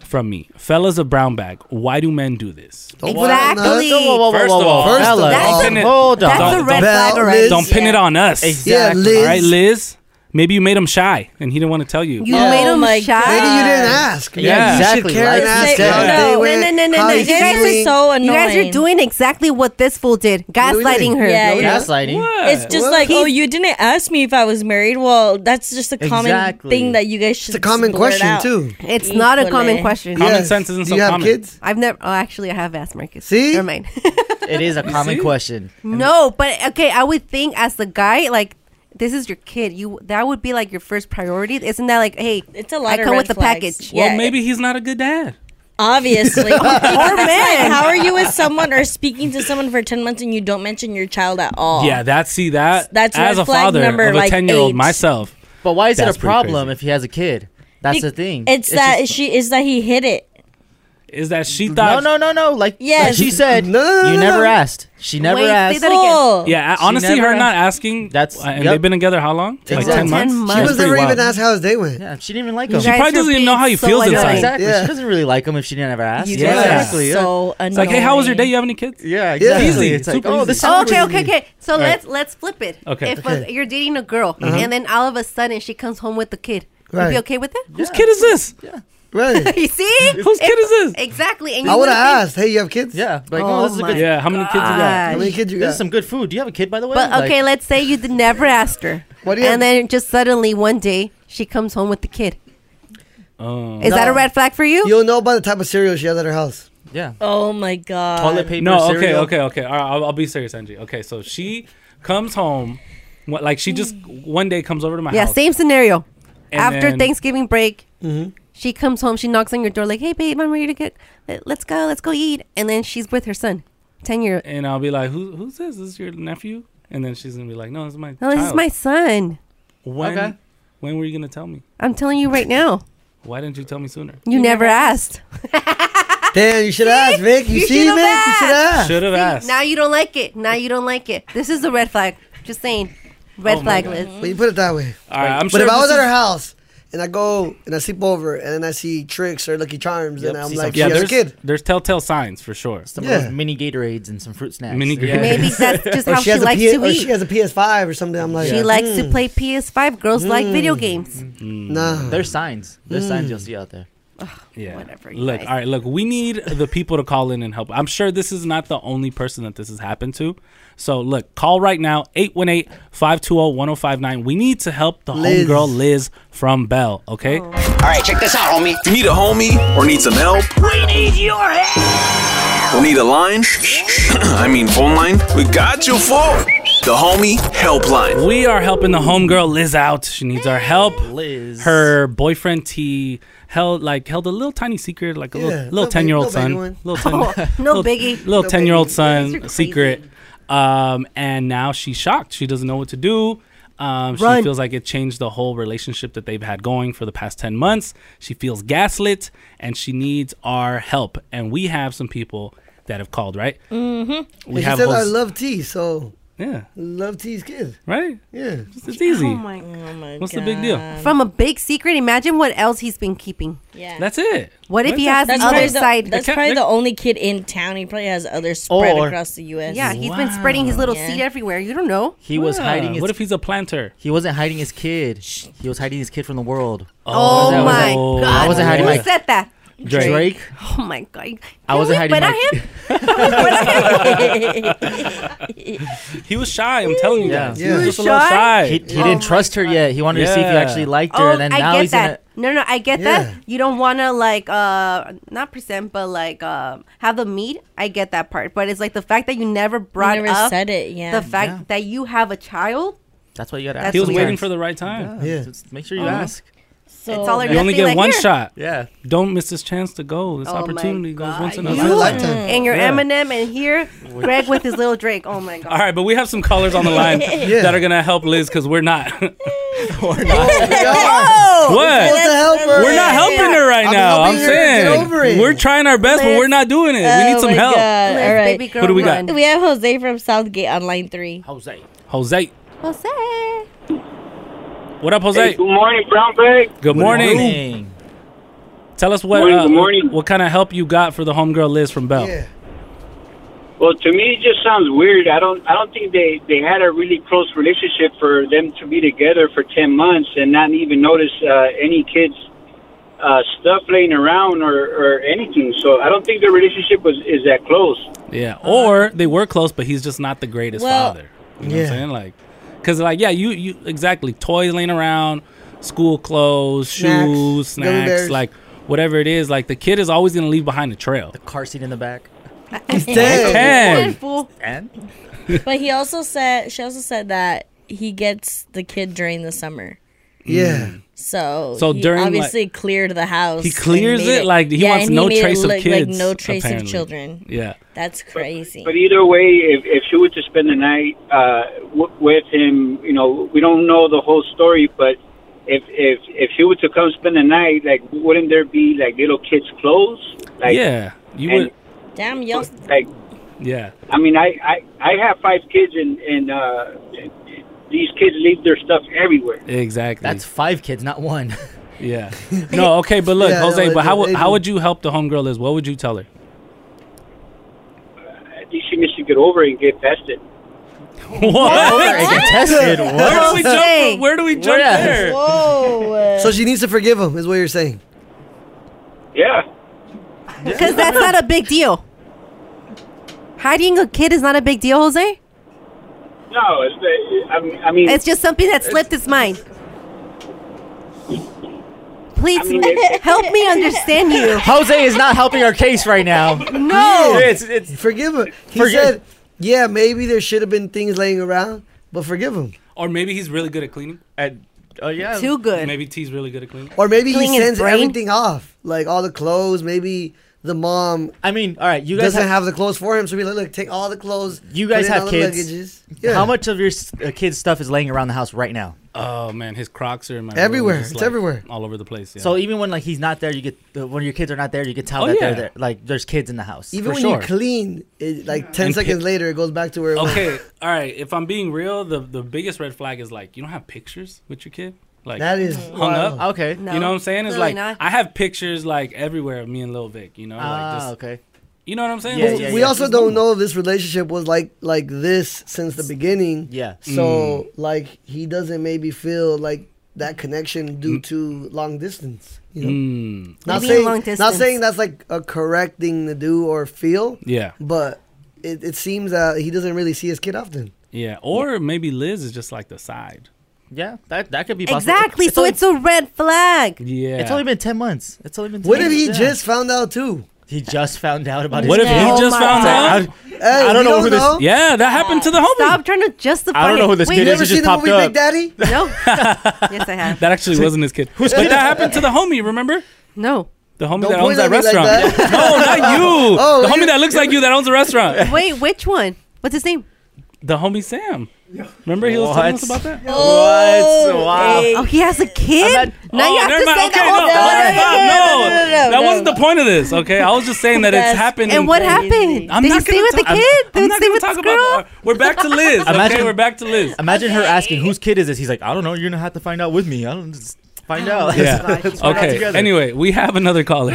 from me? Fellas of brown bag, why do men do this? Exactly. First of all, First of all, don't pin it- hold on. don't- That's a red don't- flag already. Don't pin it on us. Exactly. Yeah, Liz. All right, Liz. Maybe you made him shy and he didn't want to tell you. You Oh. made him shy. Maybe you didn't ask. Oh Yeah, Yeah, you should exactly. care and Like, ask say- how they no, went, no, no, no, no. how they You guys feeling. are so annoying. You guys are annoying. doing exactly what this fool did, gaslighting her. Yeah, yeah. It's just like, oh, you didn't ask me if I was married. Well, that's just a common Exactly. thing that you guys should. It's a common question, too. It's not a common question. Common Yes. sense isn't Do so you have common. kids? I've never. Oh, actually, I have asked Marcus. See, never mind. It is a You common see? question. no, but okay. I would think as the guy, like this is your kid. You that would be like your first priority. Isn't that like, hey, It's a lot I of come red with the flags. package. Well, maybe he's not a good dad. Obviously, Or Because it's men. like, how are you with someone or speaking to someone for ten months and you don't mention your child at all? Yeah, that see that That's as red a flag father number, of a like, ten year old eight. myself. But why is it That's a pretty problem if he has a kid? That's Be- the thing. It's, that she is that he hid it. Is that she No, thought? no, no, no. Like, Yes. like she said, no, you no, never no. asked. She never Wait, say asked. that again. Full. Yeah, She I, honestly, never her not asked. asking. That's uh, and yep. they've been together how long? Like ten Exactly. months. 10 She months. was never Pretty even wild. asked how his day went. Yeah, she didn't even like him. She probably doesn't even know how he feels inside. Exactly. Yeah. She doesn't really like him if she didn't ever ask. You Yeah. guys are Exactly. so yeah. It's like, hey, how was your day? You have any kids? Yeah, exactly. Easy. It's like, Super oh, easy. this Oh, sounds okay, really okay, good. okay. So All right. let's let's flip it. Okay. If Okay. uh, you're dating a girl Uh-huh. and then all of a sudden she comes home with a kid, Right. you be okay with it? Whose kid is this? Yeah. Right. you see? Whose kid is this? Exactly. And you I would would've have asked, hey, you have kids? Yeah. Like, Oh oh, this is a my good. Yeah, how many kids you got? How many kids you This got? is some good food. Do you have a kid, by the way? But Like, okay, let's say you did never asked her, do you- and then just suddenly one day she comes home with the kid. Oh. Is that a red flag for you? You'll know by the type of cereal she has at her house. Yeah. Oh my Uh, god. No, okay, okay, okay. All right, I'll, I'll be serious, Angie. Okay, so she comes home, wha- like she just one day comes over to my yeah, house. same scenario. And After then- Thanksgiving break, Mhm. she comes home. She knocks on your door like, "Hey, babe, I'm ready to get. let- Let's go. Let's go eat." And then she's with her son, ten year. And I'll be like, Who, who's this? Is this your nephew? And then she's gonna be like, No, this is my. No, this is child." my son. Oh. When? Okay. When were you gonna tell me? I'm telling you right now. Why didn't you tell me sooner? You never asked. Damn, you should ask, Vic. You, You see, should've Vic? You should ask. Should have asked. Now you don't like it. Now you don't like it. This is a red flag. Just saying. Red Oh my flag, God. Liz. But you put it that way. All right, I'm but sure if I was this at her is- house and I go and I sleep over and then I see tricks or Lucky Charms and I'm like, yeah, she has a there's, kid. there's telltale signs for sure. Some Yeah. of those mini Gatorades and some fruit snacks. Mini Gatorades. Maybe that's just Or how she has a likes P- to or eat. she has a PS5 or something. I'm like, hmm. she likes Hmm. to play PS5. Girls like video games. Mm. Nah. mm. There's signs. There's signs Mm. you'll see out there. Yeah. Whatever. Look, all right, look, we need the people to call in and help. I'm sure this is not the only person that this has happened to. So, look, call right now 818 520 1059. We need to help the Liz. homegirl Liz from Bell, okay? All right, check this out, homie. If you need a homie or need some help We need your help. or need a line, I mean phone line, we got you for The Homie Helpline. We are helping the homegirl Liz out. She needs our help. Liz. Her boyfriend he held like held a little tiny secret, like a Yeah, little no little big- ten year no old big son, one. little ten, Oh, no biggie. little No ten year old biggie. These son are crazy. secret. Um, and now she's shocked. She doesn't know what to do. Um, she Run. feels like it changed the whole relationship that they've had going for the past 10 months. She feels gaslit and she needs our help. And we have some people that have called, right? Mm-hmm. We We have said I Jos- love T, so yeah, love T's kids, right? Yeah, it's easy. Oh my, What's the big deal? From a big secret, imagine what else he's been keeping. Yeah. That's it. What if he has the That's other probably side? The, that's probably the only kid in town. He probably has others spread Or- across the U.S. Yeah, he's been spreading his little seed everywhere. You don't know. He was Yeah, hiding. His, what if he's a planter? He wasn't hiding his kid. He was hiding his kid from the world. Oh, I my wasn't- god! I wasn't hiding Who my said that? Drake. Drake? Oh my god! Can I wasn't we hiding put my- on him? He was shy. I'm telling you guys. He was just a You little shy. He, he didn't trust her yet. He wanted to see if he Yeah. actually liked her, Oh, and then I now get he's in that. a, No, no, I get Yeah. that. You don't want to like uh not present, but like um have the meat. I get that part, but it's like the fact that you never brought never up said it, yeah. the fact Yeah. that you have a child. That's why you gotta. That's ask He was sometimes. waiting for the right time. Yeah, just make sure you Uh-huh. ask. So- It's all or you only nothing, get like, one here. shot. Yeah. Don't miss this chance to go. This Oh my opportunity goes once in a You and your Yeah. Eminem, and here Greg with his little Drake. Oh my god! All right, but we have some callers on the line Yeah. that are gonna help Liz because we're not. we're we not. Oh, are. What? We're supposed to help her. We're not helping her right I'm now. I'm helping her get saying over it. we're trying our best, but we're not doing it. we Oh need some help. Oh All right. Who do we got? We have Jose from Southgate on line three. Jose. Jose. Jose. What up, Jose? Hey, good morning, Brown Bag. Good morning. Tell us what Morning, uh, good morning. what kind of help you got for the homegirl Liz from Bell. Well, to me, it just sounds weird. I don't, I don't think they they had a really close relationship for them to be together for ten months and not even notice uh, any kids' uh, stuff laying around or, or anything. So I don't think their relationship was is that close. Yeah, or they were close, but he's just not the greatest Well- father. You know what Yeah. I'm saying? Like, because like yeah, you you exactly toys laying around, school clothes, Snacks, shoes, gummy snacks, bears. like whatever it is. Like the kid is always gonna leave behind a trail. Car seat in the back. He's dead. And but he also said she also said that he gets the kid during the summer. Yeah. So, Hmm. So he during, like- obviously cleared the house. He and clears made it, like, he wants and no made it trace of look kids, Like no trace apparently. of children. Yeah. That's crazy. But either way, if, if she were to spend the night uh, w- with him, you know, we don't know the whole story, but if if if she were to come spend the night, like, wouldn't there be like little kids' clothes? Like, yeah, you and, would. Damn, y'all. Like, Yeah, I mean, I I, I have five kids, and and uh, these kids leave their stuff everywhere. exactly. That's five kids, not one. yeah. No, okay, but look, Yeah, no, Jose. they but do, how they would how do. would you help the homegirl Liz? What would you tell her? I think she needs to get over it and get tested. What? tested. What? Where do we jump? Hey. From? Where do we jump Where- there? Whoa. So she needs to forgive him, is what you're saying. Yeah. Because that's not a big deal. Hiding a kid is not a big deal, Jose. No, it's, uh, I mean, I mean, It's just something that slipped his mind. Please I mean, it- help me understand you. Jose is not helping our case right now. No. It's, it's forgive him. He Forgive- said, "Yeah, maybe there should have been things laying around, but forgive him." Or maybe he's really good at cleaning. oh yeah, Too good. Maybe T's really good at cleaning. Or maybe he Cleaning his sends brain? everything off, like all the clothes. Maybe the mom. I mean, all right, you guys doesn't have- have, the clothes for him, so we like, look, take all the clothes. You put it guys in have all the luggages." kids. Yeah. How much of your s- uh, kids' stuff is laying around the house right now? Oh man, his Crocs are in my room, Everywhere. just, It's like, everywhere. all over the place. Yeah. So even when like he's not there, you get uh, when your kids are not there, you can tell Oh, that yeah. they're there. Like there's kids in the house. Even for when sure. you clean, it, like ten And pi- seconds later, it goes back to where it was. okay, all right. If I'm being real, the the biggest red flag is like you don't have pictures with your kid. Like That is hung wild. up. Okay. you know No, what I'm saying? It's clearly not. like I have pictures like everywhere of me and Lil Vic. You know, Ah, like just, okay. You know what I'm saying? But we also don't know if this relationship was like like this since the beginning. Yeah. So Mm. like he doesn't maybe feel like that connection due to long distance. You know? Mm. Not Maybe saying long not distance. saying that's like a correct thing to do or feel. Yeah. But it, it seems that he doesn't really see his kid often. Yeah, or maybe Liz is just like the side. Yeah, that that could be possible. Exactly. so it's a red flag. Yeah. It's only been ten months. It's only been. 10 What if months, he yeah. just found out too? He just found out about. What his Oh, if he kid? just found out? I don't we know don't who this- know. Yeah, that happened to the homie. Stop trying to justify. I don't know who this it. kid is, he just popped up. Daddy? No. yes, I have. That actually wasn't his kid. Who's but kid? that happened to the homie. Remember? No. The homie Don't point that owns that at me like restaurant. that. no, not you. Oh, the homie you- that looks like you that owns a restaurant. Wait, which one? What's his name? The homie Sam. Remember he was telling us about that? Oh, What? Wow. Oh, he has a kid. now you have never to mind. say Okay, the whole Oh, no, story. stop. No, that wasn't the point of this. Okay, I was just saying that That's it's happened. And what happened? I'm Did not he stay gonna with the talk- I'm- kid? I'm Did not he stay gonna with talk this about girl? We're back to Liz. Imagine- okay, we're back to Liz. Imagine her asking, "Whose kid is this?" He's like, "I don't know. You're gonna have to find out with me. I don't just Oh, find out." Yeah. Let's find out okay. together. Anyway, we have another caller.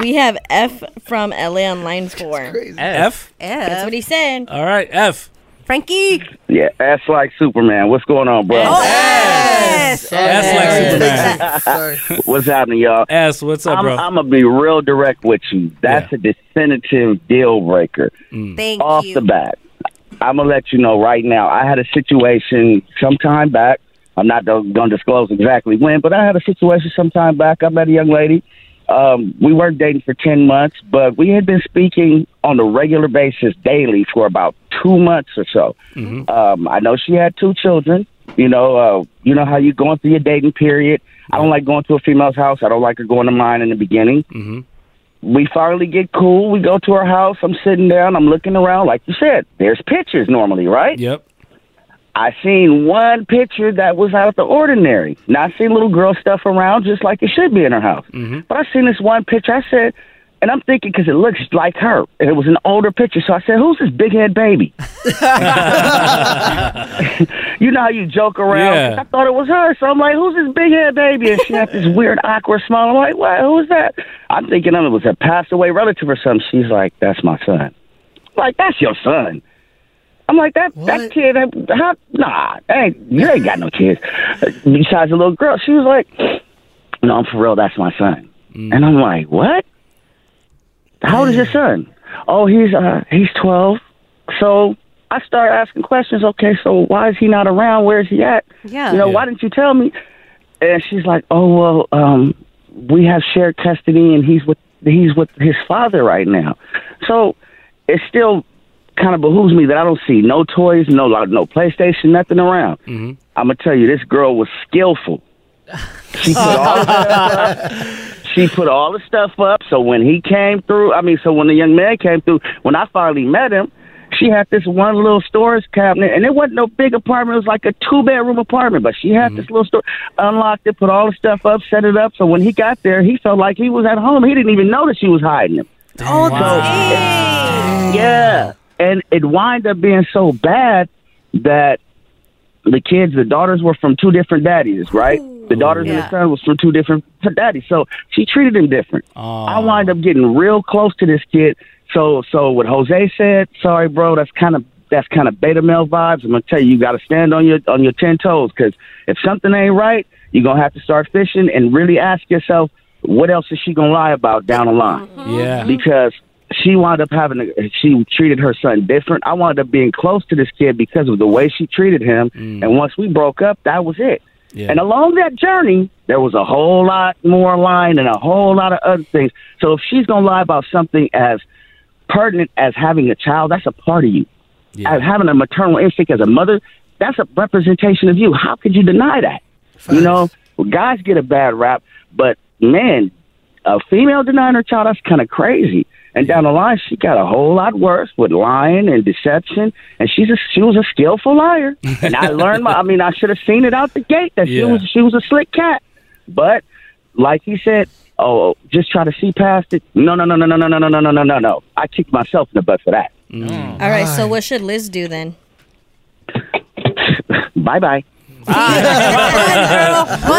we have F from LA on line four. F? That's what he said. All right, F. Frankie. Yeah, ass like Superman. What's going on, bro? Yes. Ass like Superman. What's happening, y'all? Ass, what's up, I'm, bro? I'm gonna be real direct with you. That's a definitive deal breaker. Mm. Thank Off you. the bat, I'm gonna let you know right now. I had a situation sometime back. I'm not going to disclose exactly when, but I had a situation sometime back. I met a young lady. Um, we weren't dating for ten months, but we had been speaking on a regular basis daily for about two months or so. Mm-hmm. Um, I know she had two children. You know, uh, you know how you're going through your dating period. I don't like going to a female's house. I don't like her going to mine in the beginning. Mm-hmm. We finally get cool. We go to her house. I'm sitting down. I'm looking around. Like you said, there's pictures normally, right? Yep. I seen one picture that was out of the ordinary. Now I seen little girl stuff around just like it should be in her house. Mm-hmm. But I seen this one picture. I said, and I'm thinking because it looks like her. And it was an older picture. So I said, who's this big head baby? you know how you joke around. Yeah. I thought it was her, so I'm like, "Who's this big head baby?" And she had this weird, awkward smile. I'm like, "What? Who is that?" I'm thinking um, it was a passed away relative or something. She's like, "That's my son." I'm like, "That's your son." I'm like, "That that kid? that- How? Nah, that ain't you ain't got no kids." Besides the little girl, she was like, "No, I'm for real. That's my son." Mm. And I'm like, "What? How old is your son?" Oh, he's uh he's twelve. So I start asking questions. Okay, so why is he not around? Where is he at? Yeah. You know, Yeah. why didn't you tell me? And she's like, Oh well, um, we have shared custody, and he's with he's with his father right now. So it still kind of behooves me that I don't see no toys, no no PlayStation, nothing around. Mm-hmm. I'm gonna tell you, this girl was skillful. She put all she put all the stuff up. So when he came through, I mean, so when the young man came through, when I finally met him, she had this one little storage cabinet, and it wasn't no big apartment. It was like a two bedroom apartment, but she had this little store, unlocked it, put all the stuff up, set it up. So when he got there, he felt like he was at home. He didn't even notice she was hiding him. Oh, Yeah. And it wind up being so bad that the kids, the daughters were from two different daddies, right? The daughters and Yeah. the son was from two different daddies. So she treated him different. I wind up getting real close to this kid. So so what Jose said, sorry bro, that's kind of that's kind of beta male vibes. I'm gonna tell you, you got to stand on your on your ten toes because if something ain't right, you're gonna have to start fishing and really ask yourself, what else is she gonna lie about down the line? Yeah. because she wound up having a, she treated her son different. I wound up being close to this kid because of the way she treated him. And once we broke up, that was it. And along that journey, there was a whole lot more lying and a whole lot of other things. So if she's gonna lie about something as pertinent as having a child, that's a part of you. As having a maternal instinct as a mother, that's a representation of you. How could you deny that? You know, well, guys get a bad rap, but man, a female denying her child, that's kind of crazy. And down the line, she got a whole lot worse with lying and deception, and she's a she was a skillful liar. And I learned my, I mean, I should have seen it out the gate that Yeah. she was she was a slick cat. But like he said, oh, just try to see past it. No, no, no, no, no, no, no, no, no, no, no, no, no. I kicked myself in the butt for that. All right. So what should Liz do then? Bye bye.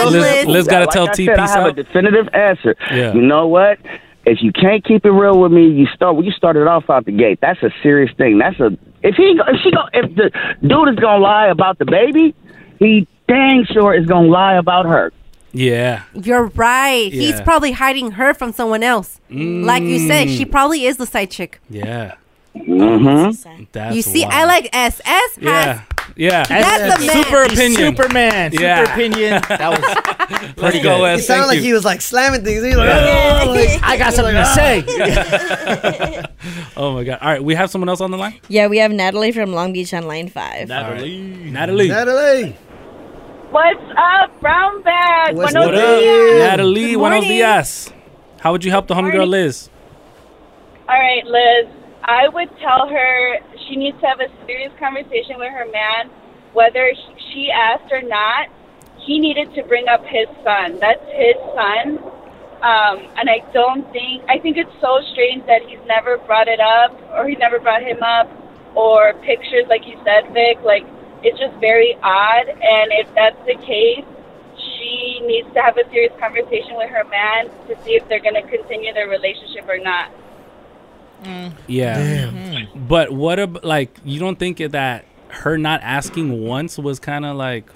Liz, Liz got to tell like I T said, I peace have out. a definitive answer. Yeah. You know what? If you can't keep it real with me, you start. Well, you started off out the gate. That's a serious thing. That's a if he if she go if the dude is gonna lie about the baby, he dang sure is gonna lie about her. Yeah. You're right. He's Yeah. probably hiding her from someone else. Like you said, Mm. she probably is the side chick. Yeah. Mm-hmm. That's you see, wild. I like SS has Yeah. Yeah. That's the man. super opinion. Superman. Yeah. Super opinion. That was Let's pretty go, good. Wes. It sounded like Thank he you. was like slamming things. He was like, Yeah. "Oh," like- I got he was something to say. Oh my god. All right, we have someone else on the line. Yeah, we have Natalie from Long Beach on line five. Natalie. Natalie. What's up, Brown Bag? What's Buenos what up, dias. Natalie? Good Buenos morning. dias. How would you help the homegirl Liz? All right, Liz. I would tell her she needs to have a serious conversation with her man, whether she asked or not. He needed to bring up his son. That's his son. Um, and I don't think, I think it's so strange that he's never brought it up or he never brought him up or pictures, like you said, Vic. Like, it's just very odd. And if that's the case, she needs to have a serious conversation with her man to see if they're going to continue their relationship or not. Yeah. But what about like you don't think that her not asking once was kind of like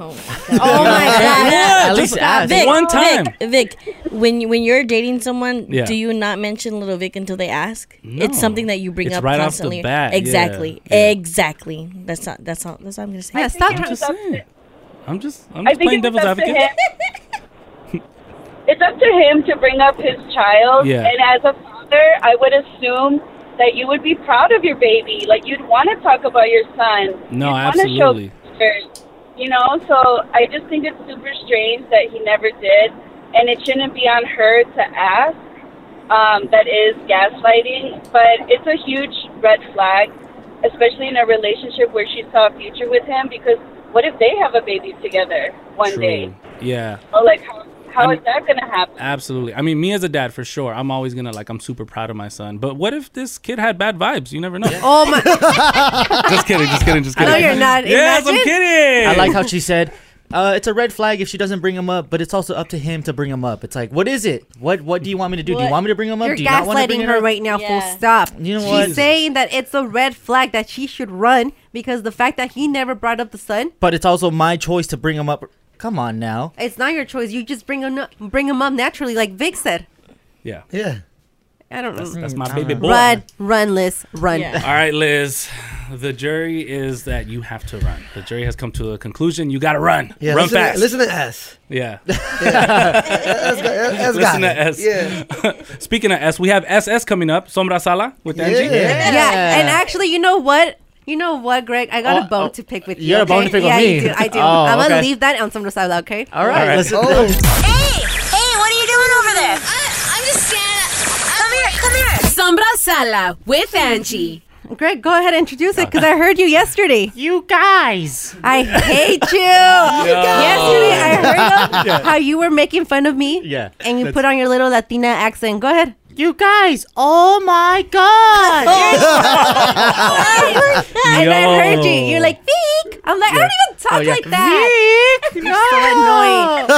Oh my god! Yeah, At least ask. One time. Vic, Vic, when you, when you're dating someone, Yeah. do you not mention little Vic until they ask? No. It's something that you bring It's up right off the constantly. bat, yeah, Exactly, exactly. That's not. That's all. That's all I'm gonna say. Yeah, I stop think trying- it's up I'm just I'm I just think playing it was devil's up to advocate. him. it's up to him to bring up his child. Yeah. And as a father, I would assume that you would be proud of your baby. Like, you'd want to talk about your son. No, wanna show absolutely. pictures, You know, so I just think it's super strange that he never did. And it shouldn't be on her to ask. Um, that is gaslighting. But it's a huge red flag, especially in a relationship where she saw a future with him because what if they have a baby together one True. day? Yeah. Oh, like how, how I'm- is that going to happen? Absolutely. I mean, me as a dad, for sure. I'm always gonna like. I'm super proud of my son. But what if this kid had bad vibes? You never know. Oh my! just kidding. Just kidding. Just No, kidding. you're not. Yes, I'm Imagine. kidding. I like how she said, uh, "It's a red flag if she doesn't bring him up, but it's also up to him to bring him up." It's like, what is it? What What do you want me to do? Do you What? want me to bring him up? You're do you not want to bring gaslighting it her up? right now. Yeah. Full stop. You know She's what? saying that it's a red flag that she should run because the fact that he never brought up the son. But it's also my choice to bring him up. Come on now. It's not your choice. You just bring him up, bring him up naturally, like Vic said. Yeah. Yeah. I don't know. That's- that's my baby boy. Run, run, Liz, run. All right, Liz. The jury is that you have to run. The jury has come to a conclusion. You gotta run. Yeah, run listen to- fast. listen to S. Yeah. That's got- that's listen got to it. S. Yeah. Speaking of S, we have SS coming up. Sombra Sala with Yeah. Angie. Yeah. and actually, you know what? You know what, Greg? I got a bone to pick with you. you got Oh, a bone okay? to pick with yeah, me. you do. I do. Oh, I'm gonna okay. leave that on some side, okay? All right, All right. listen- Oh. Hey, what are you doing over there? I, I'm just standing. Come here, come here. Sombra Sala with Angie. Greg, go ahead and introduce it because I heard you yesterday. You guys. I hate you. Yo. Yesterday, I heard of Yeah. how you were making fun of me. Yeah, And you that's- put on your little Latina accent. Go ahead. You guys. Oh my and God. I Yo. heard you. You're like, Vic. I'm like, I don't even talk Oh, yeah. like that. Vic.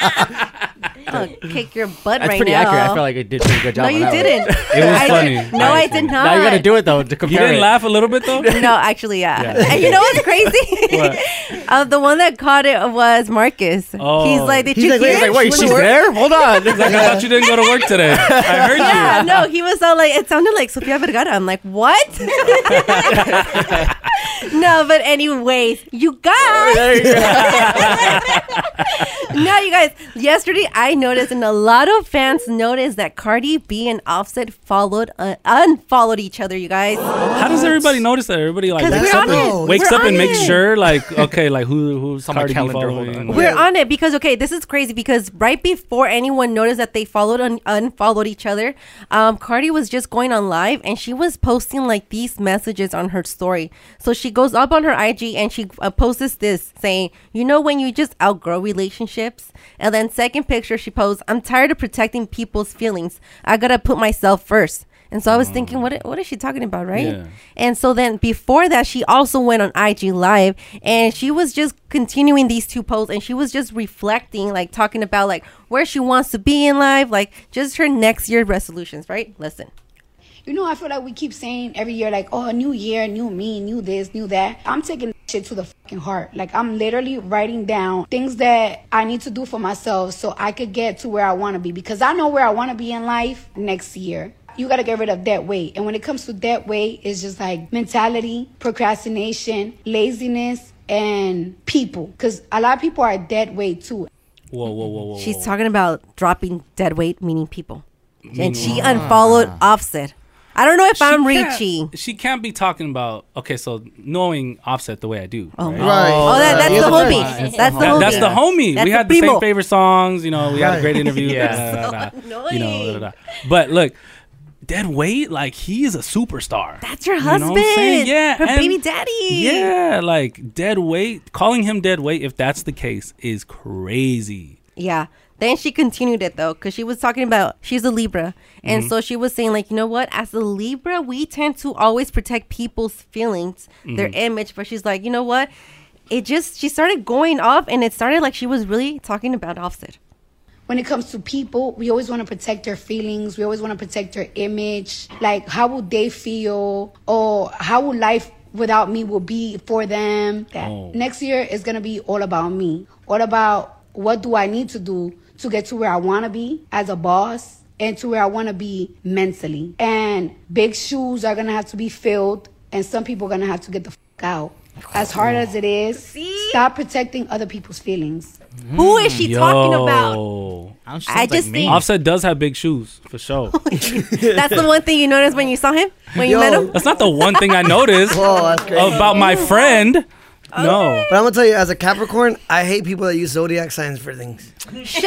so annoying. I'll kick your butt That's right pretty now. accurate. I felt like I did a pretty good job. No, on you that one. didn't. It I was funny. did- no, I did Now you got to not. do it though to compare. didn't it. laugh a little bit though. no, actually, yeah. Yeah. And you know what's crazy? uh, the one that caught it was Marcus. Oh. He's like, did He's you like, hear? wait, wait, wait, it? she's there? Hold on. He's like, I thought you didn't go to work today. I heard yeah, you. no, he was all like, it sounded like Sofia Vergara. I'm like, what? no, but anyways, you guys. no, you guys. Yesterday, I noticed, and a lot of fans noticed that Cardi B and Offset followed, uh, unfollowed each other. You guys. How does everybody notice that? Everybody like 'Cause wakes we're up, on and, it. wakes We're up on and makes it. sure, like, okay, like who who's on my Cardi B calendar, hold following? We're on it because okay, this is crazy because right before anyone noticed that they followed and unfollowed each other, um, Cardi was just going on live and she was posting like these messages on her story. So she goes up on her IG and she uh, posts this saying, "You know when you just outgrow relationships." And then second picture she posts, "I'm tired of protecting people's feelings. I gotta put myself first. And so I was thinking, what what is she talking about, right? Yeah. And so then before that, she also went on IG Live and she was just continuing these two posts and she was just reflecting, like talking about like where she wants to be in life, like just her next year resolutions, right? Listen. You know, I feel like we keep saying every year, like, oh, new year, new me, new this, new that. I'm taking shit to the fucking heart. Like, I'm literally writing down things that I need to do for myself so I could get to where I want to be because I know where I want to be in life next year. you gotta get rid of that weight. And when it comes to that weight, it's just like mentality, procrastination, laziness, and people. Because a lot of people are that weight too. Whoa, whoa, whoa, whoa. She's talking about dropping dead weight, meaning people. And she Meaning- unfollowed Offset. I don't know if She I'm can't- Richie. She can't be talking about okay. So knowing Offset the way I do. Oh, Right. Oh, that- that's the homie. That's the That's homie. the homie. That's we the had the, primo. same favorite songs. You know, we had a great Right. interview. Yeah. da, da, da, da, you know, da, da, da. but look, dead weight. Like he is a superstar. That's your You know what I'm husband. saying? yeah, Her and- baby daddy. Yeah, like dead weight. Calling him dead weight, if that's the case, is crazy. Yeah. Then she continued it though, because she was talking about she's a Libra. And Mhm. so she was saying, like, you know what? As a Libra, we tend to always protect people's feelings, their Mhm. image. But she's like, you know what? It just, she started going off and it started like she was really talking about Offset. when it comes to people, we always want to protect their feelings. We always want to protect their image. Like, how would they feel? Or how would life without me will be for them? That Oh. next year is gonna be all about me. All about what do I need to do to get to where I want to be as a boss and to where I want to be mentally. And big shoes are gonna have to be filled, and some people are gonna have to get the fuck out. As hard as it is, stop protecting other people's feelings. Who is Mm. she talking about? about? I just think Offset does have big shoes for sure. that's the one thing you noticed when you saw him, when you met him. That's not the one thing I noticed about my friend. No. Oh, But I'm gonna tell you, as a Capricorn, I hate people that use zodiac signs for things. Shut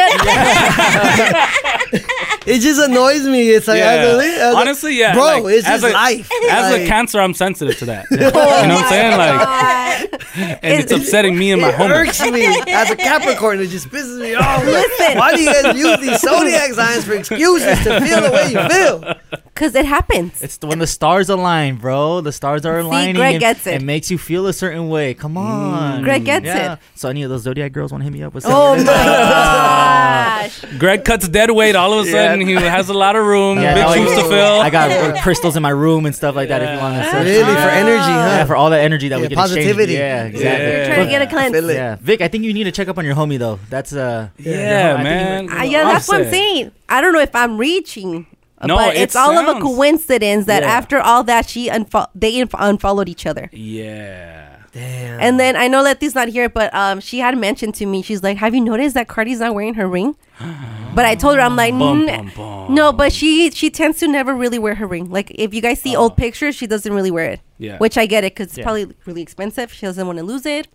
It just annoys me. It's like Yeah. as a li- as a- Honestly, yeah. bro, like, it's as just a, life. As a Like- Oh cancer, I'm sensitive to that. you know what I'm saying? Like, and it's, upsetting me and my it irks homies. me as a Capricorn. It just pisses me off. Listen. why do you guys use these zodiac signs for excuses to feel the way you feel? Because it happens. It's the, when the stars align, bro. The stars are See, aligning. Greg and- gets it. Mm. and makes you feel a certain way. Come on. Greg gets it. So any of those Zodiac girls want to hit me up with Oh something? my Greg cuts dead weight. All of a Yeah. sudden, he has a lot of room, Yeah, now I- big shoes to fill. I got uh, crystals in my room and stuff like that. If you want to, Really? For energy, huh? Yeah, for all that energy that Yeah, we can exchange. positivity. Yeah, Yeah. exactly. You're trying to get a cleanse. I feel it. Yeah, Vic, I think you need to check up on your homie though. That's uh, Yeah, your hom- I think he man. might- I, Uh, yeah, that's what I'm saying. I don't know if I'm reaching. No, but it it's all of a sounds- coincidence that Yeah. after all that, she unfo- they inf- unfollowed each other. Yeah. Damn. And then I know Letty's not here, but um, she had mentioned to me, she's like, "Have you noticed that Cardi's not wearing her ring?" But I told her, I'm like, Bum, "Mm, no, but she she tends to never really wear her ring. Like if you guys see old pictures, she doesn't really wear it. Yeah. which I get it because it's Yeah. probably really expensive. She doesn't want to lose it.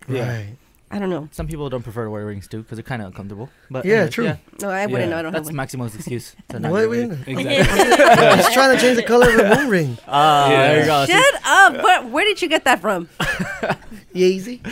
I don't know. Some people don't prefer to wear rings too because they're kind of uncomfortable. But Yeah, anyway, true. No, I wouldn't know. I don't have That's Maximo's excuse. To Why get wouldn't ready. I? I'm just trying to change the color of her moon ring. Ah, there you go. See? Shut up! But where did you get that from? Yeezy.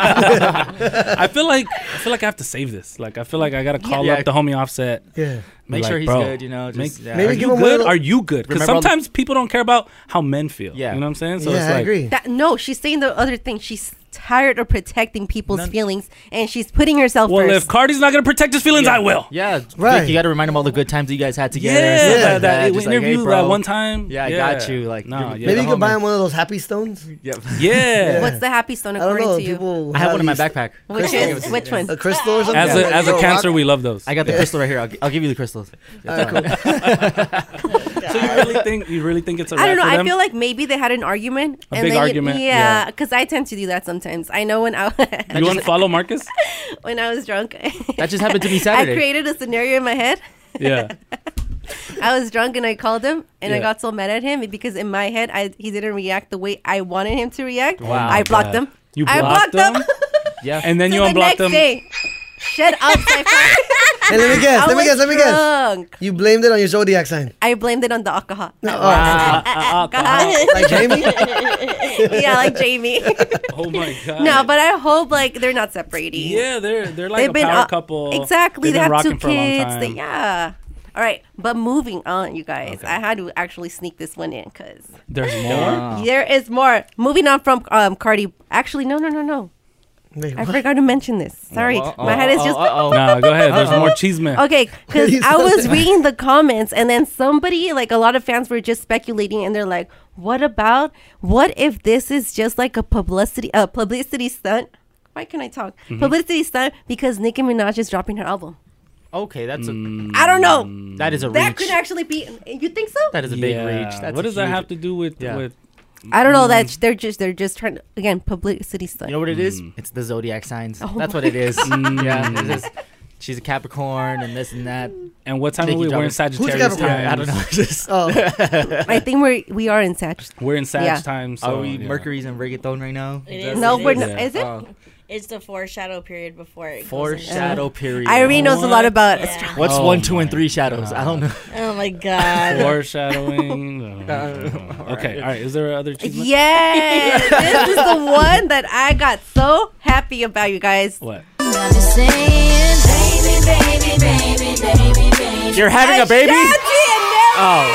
I feel like I feel like I have to save this. Like I feel like I gotta call Yeah. up the homie Offset. Yeah. Make Be sure like, he's "Bro, good, you know, make- just- yeah. are Maybe give you him a good? little- Are you good? Because Remember all the- sometimes people don't care about how men feel. Yeah. You know what I'm saying? So it's like, That, no, she's saying the other thing. She's tired of protecting people's feelings, and she's putting herself Well, first. if Cardi's not gonna protect his feelings, Yeah. I will. Yeah, Right. right. you got to remind him all the good times that you guys had together. Yeah, and stuff that- like that Just like, hey, interview, that bro. one time. Yeah, I got Yeah. you. Like, No, you're- yeah. you're Maybe the you could buy homie. him one of those happy stones. Yep. Yeah. What's the happy stone I don't according know. to you? People I have one in my these backpack. Which crystals. is- which one? A crystal or something? As a- as a Yo, cancer, rock- we love those. I got the Yeah. crystal right here. I'll, gi- I'll give you the crystals. All so you really think you really think it's a I don't know. wrap for I them? feel like maybe they had an argument. A big then you- argument, yeah, yeah. because I tend to do that sometimes. I know when I you want to follow Marcus? when I was drunk. That just happened to me Saturday. I created a scenario in my head. Yeah. I was drunk and I called him and I Yeah. got so mad at him because in my head I, he didn't react the way I wanted him to react. Wow, I blocked God. him. You I blocked blocked him. Yeah. And then you the unblock next them. day. Shut up, Cypher. Hey, let me guess. I Let me was guess. Let me drunk. Oh, guess. You blamed it on your zodiac sign. Oh. I blamed it on the alcohol. Uh, Wow. Alcohol. uh, Like Jamie? yeah, like Jamie. Oh my god. no, but I hope like they're not separating. Yeah, they're they're like They've a been power uh, couple. Exactly. They've They been have two rocking for a long kids. They, time. yeah. All right, but moving on, you guys. I had to actually sneak this one in because There's more. there is more. Moving on from um, Cardi. Actually, no, no, no, no. Wait, I forgot to mention this. Sorry, Uh-oh, my head is just. uh-oh. Nah, go ahead. There's more cheese man. Okay, because Please. I was reading the comments, and then somebody, like a lot of fans, were just speculating, and they're like, "What about? What if this is just like a publicity, a publicity stunt? Why can I talk? Mhm. Mm-hmm. Publicity stunt because Nicki Minaj is dropping her album." Okay, that's a. Mm. I don't know. That is a That reach. could actually be. You think so? that is a big reach. That's what a does that huge- have to do with Yeah. with? I don't know. That Mm. they're just they're just trying to, again publicity stuff. You know what it is? Mm. It's the zodiac signs. Oh That's my what it is. God. yeah, it's just- she's a Capricorn and this and that. And what time Nikki are we? We're in Jarvis. Sagittarius Who's Capricorn? time. I don't know. Just- Oh. I think we're we are in Sag. Oh. We're in Sag Yeah. time. So, Are we yeah. Mercury's in reggaeton right now? It That's is, No, it we're not- is it? Oh. It's the foreshadow period before it goes into- Foreshadow period. Irene knows a lot about Yeah. astrology. What's Oh one, two, and three shadows? I don't know. Oh my god. Foreshadowing. Oh, Uh, okay. All right. Is there other? cheese- Yeah, this is the one that I got so happy about, you guys. What? I'm just saying, baby, baby, baby, baby, baby. You're having a baby? Oh.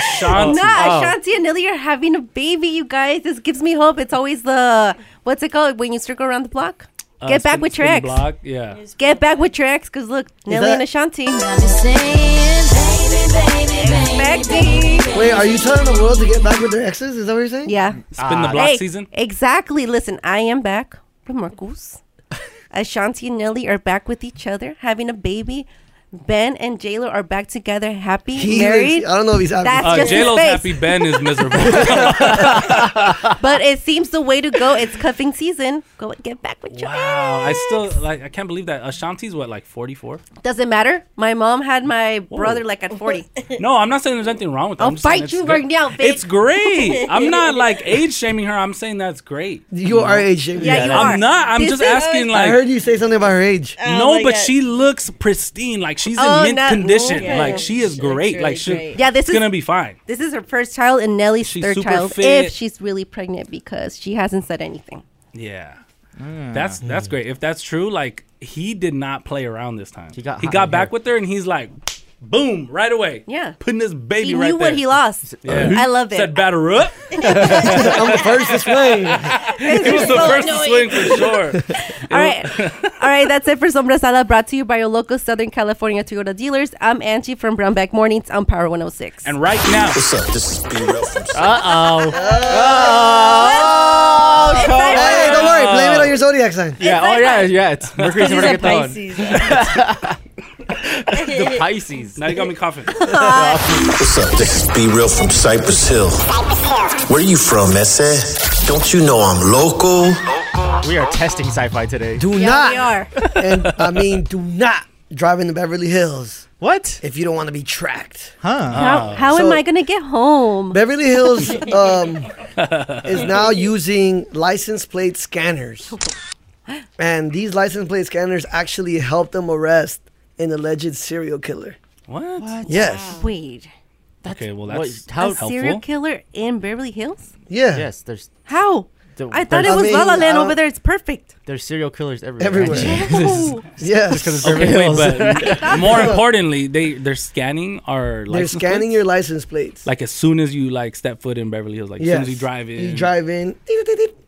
Ashanti. No, Ashanti and Nelly are having a baby, you guys. This gives me hope. It's always the what's it called when you circle around the block? Uh, Get back spin- with your spin ex. Block. Yeah. Get back with your ex, cause look, Nelly that- and Ashanti. Wait, are you telling Ah. the world to get back with their exes? Is that what you're saying? Yeah. Ah. Spin the block Hey, season. Exactly. Listen, I am back with Marcus. Ashanti and Nelly are back with each other, having a baby. Ben and JLo are back together, happy, He is- married. I don't know if he's happy. That's Uh, just his J-Lo's face. happy. Ben is miserable. but it seems the way to go. It's cuffing season. Go and get back with your wow. I still like. I can't believe that Ashanti's what like 44. Doesn't matter. My mom had my brother like at 40. No, I'm not saying there's anything wrong with that. I'll I'm just saying bite it's you good. right now, babe. It's great. I'm not like age shaming her. I'm saying that's great. You are age shaming. Yeah, you I'm are. not. I'm This just is- asking, I like- heard you say something about her age. no, but she looks pristine. Like she's Oh, in mint no- condition. yeah. Like she is great. really like she, great. Yeah, this it's is- gonna be fine. This is her first child and Nelly's She's third super child fit. if she's really pregnant because she hasn't said anything. Yeah. That's that's great. If that's true, like he did not play around this time. He got he hot got in back with her and he's like, boom, right away. Yeah. Putting his baby He right knew there. what he lost. I love it. uh, Said batter up. I'm the first to swing. He was the so first to swing for sure. All right. All right. That's it for Sombra Sala, brought to you by your local Southern California Toyota dealers. I'm Angie from Brownback Mornings on Power 106. And right now, what's up? This is B Real from Uh oh. Oh, hey, don't worry. Blame it on your zodiac sign. Yeah. Oh yeah. Yeah. It's Mercury's in He's a reggaeton. Pisces. The Pisces. now you got me coughing. What's up? This is B Real from Cypress Hill. Where you from, Messe? Don't you know I'm local? We are testing sci-fi today. Do Yeah, not. we are. and I mean, do not drive in the Beverly Hills What? if you don't want to be tracked. Huh? Oh. How, how am So- I going to get home? Beverly Hills um, is now using license plate scanners, and these license plate scanners actually help them arrest an alleged serial killer. What? Yes. Wait. Okay, well What- that's how a helpful. serial killer in Beverly Hills? Yeah. Yes. There's How? The- I thought there's- it was I mean, La La Land I- over there. It's perfect. there's serial killers everywhere. Everywhere. Oh. Yes. okay, wait, but more importantly, they they're scanning our They're license scanning plates? your license plates. like as soon as you like step foot in Beverly Hills, like as soon as you Yes. drive in. You drive in.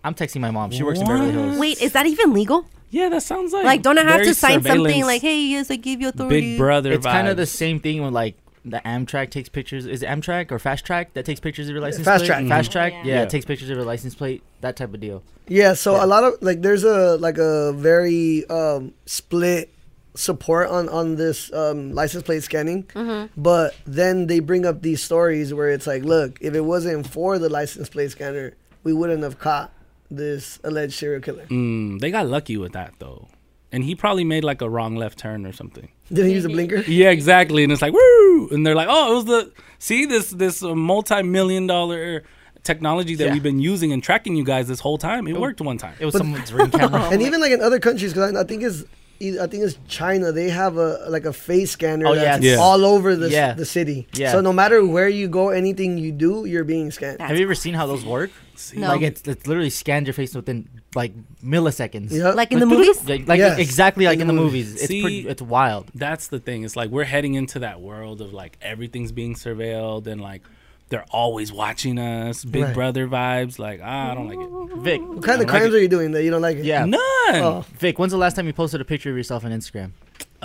I'm texting my mom. She works in Beverly Hills. Wait, is that even legal? Yeah, that sounds like Like, don't I have very to sign something surveillance, like, hey, yes, I give you authority? Big Brother It's kind of the vibes. same thing when like the Amtrak takes pictures. Is it Amtrak or Fast Track that takes pictures of your license Fast plate? Track. Fast Mhm. Track. Oh, Yeah. yeah. Yeah. it takes pictures of your license plate. That type of deal. Yeah, so a lot of like there's a like a very um, split support on on this um, license plate scanning, Mm-hmm. Mm-hmm. but then they bring up these stories where it's like, look, if it wasn't for the license plate scanner, we wouldn't have caught this alleged serial killer. Mm, they got lucky with that though, and he probably made like a wrong left turn or something. Did he use a blinker? Yeah, exactly. And it's like woo, and they're like, oh, it was the see this this uh, multi million dollar technology that Yeah. we've been using and tracking you guys this whole time. It worked one time. It was someone's ring camera. and even like in other countries, because I, I think it's e- I think it's China. They have a like a face scanner Oh, yeah, that's it's- Yeah. all over the Yeah. the city. Yeah. So no matter where you go, anything you do, you're being scanned. That's Have you ever seen how those work? No. Like it's, it's literally scanned your face within like milliseconds. Uh, Yep. Like in the movies? Like, like Yes. exactly like in the movies. It's See- pretty, it's wild. That's the thing. It's like we're heading into that world of like everything's being surveilled and like they're always watching us. Big Right. Brother vibes. Like ah, I don't like it. Vic. What kind of crimes are you doing that you don't like? it? Yeah. None. Oh. Vic, when's the last time you posted a picture of yourself on Instagram?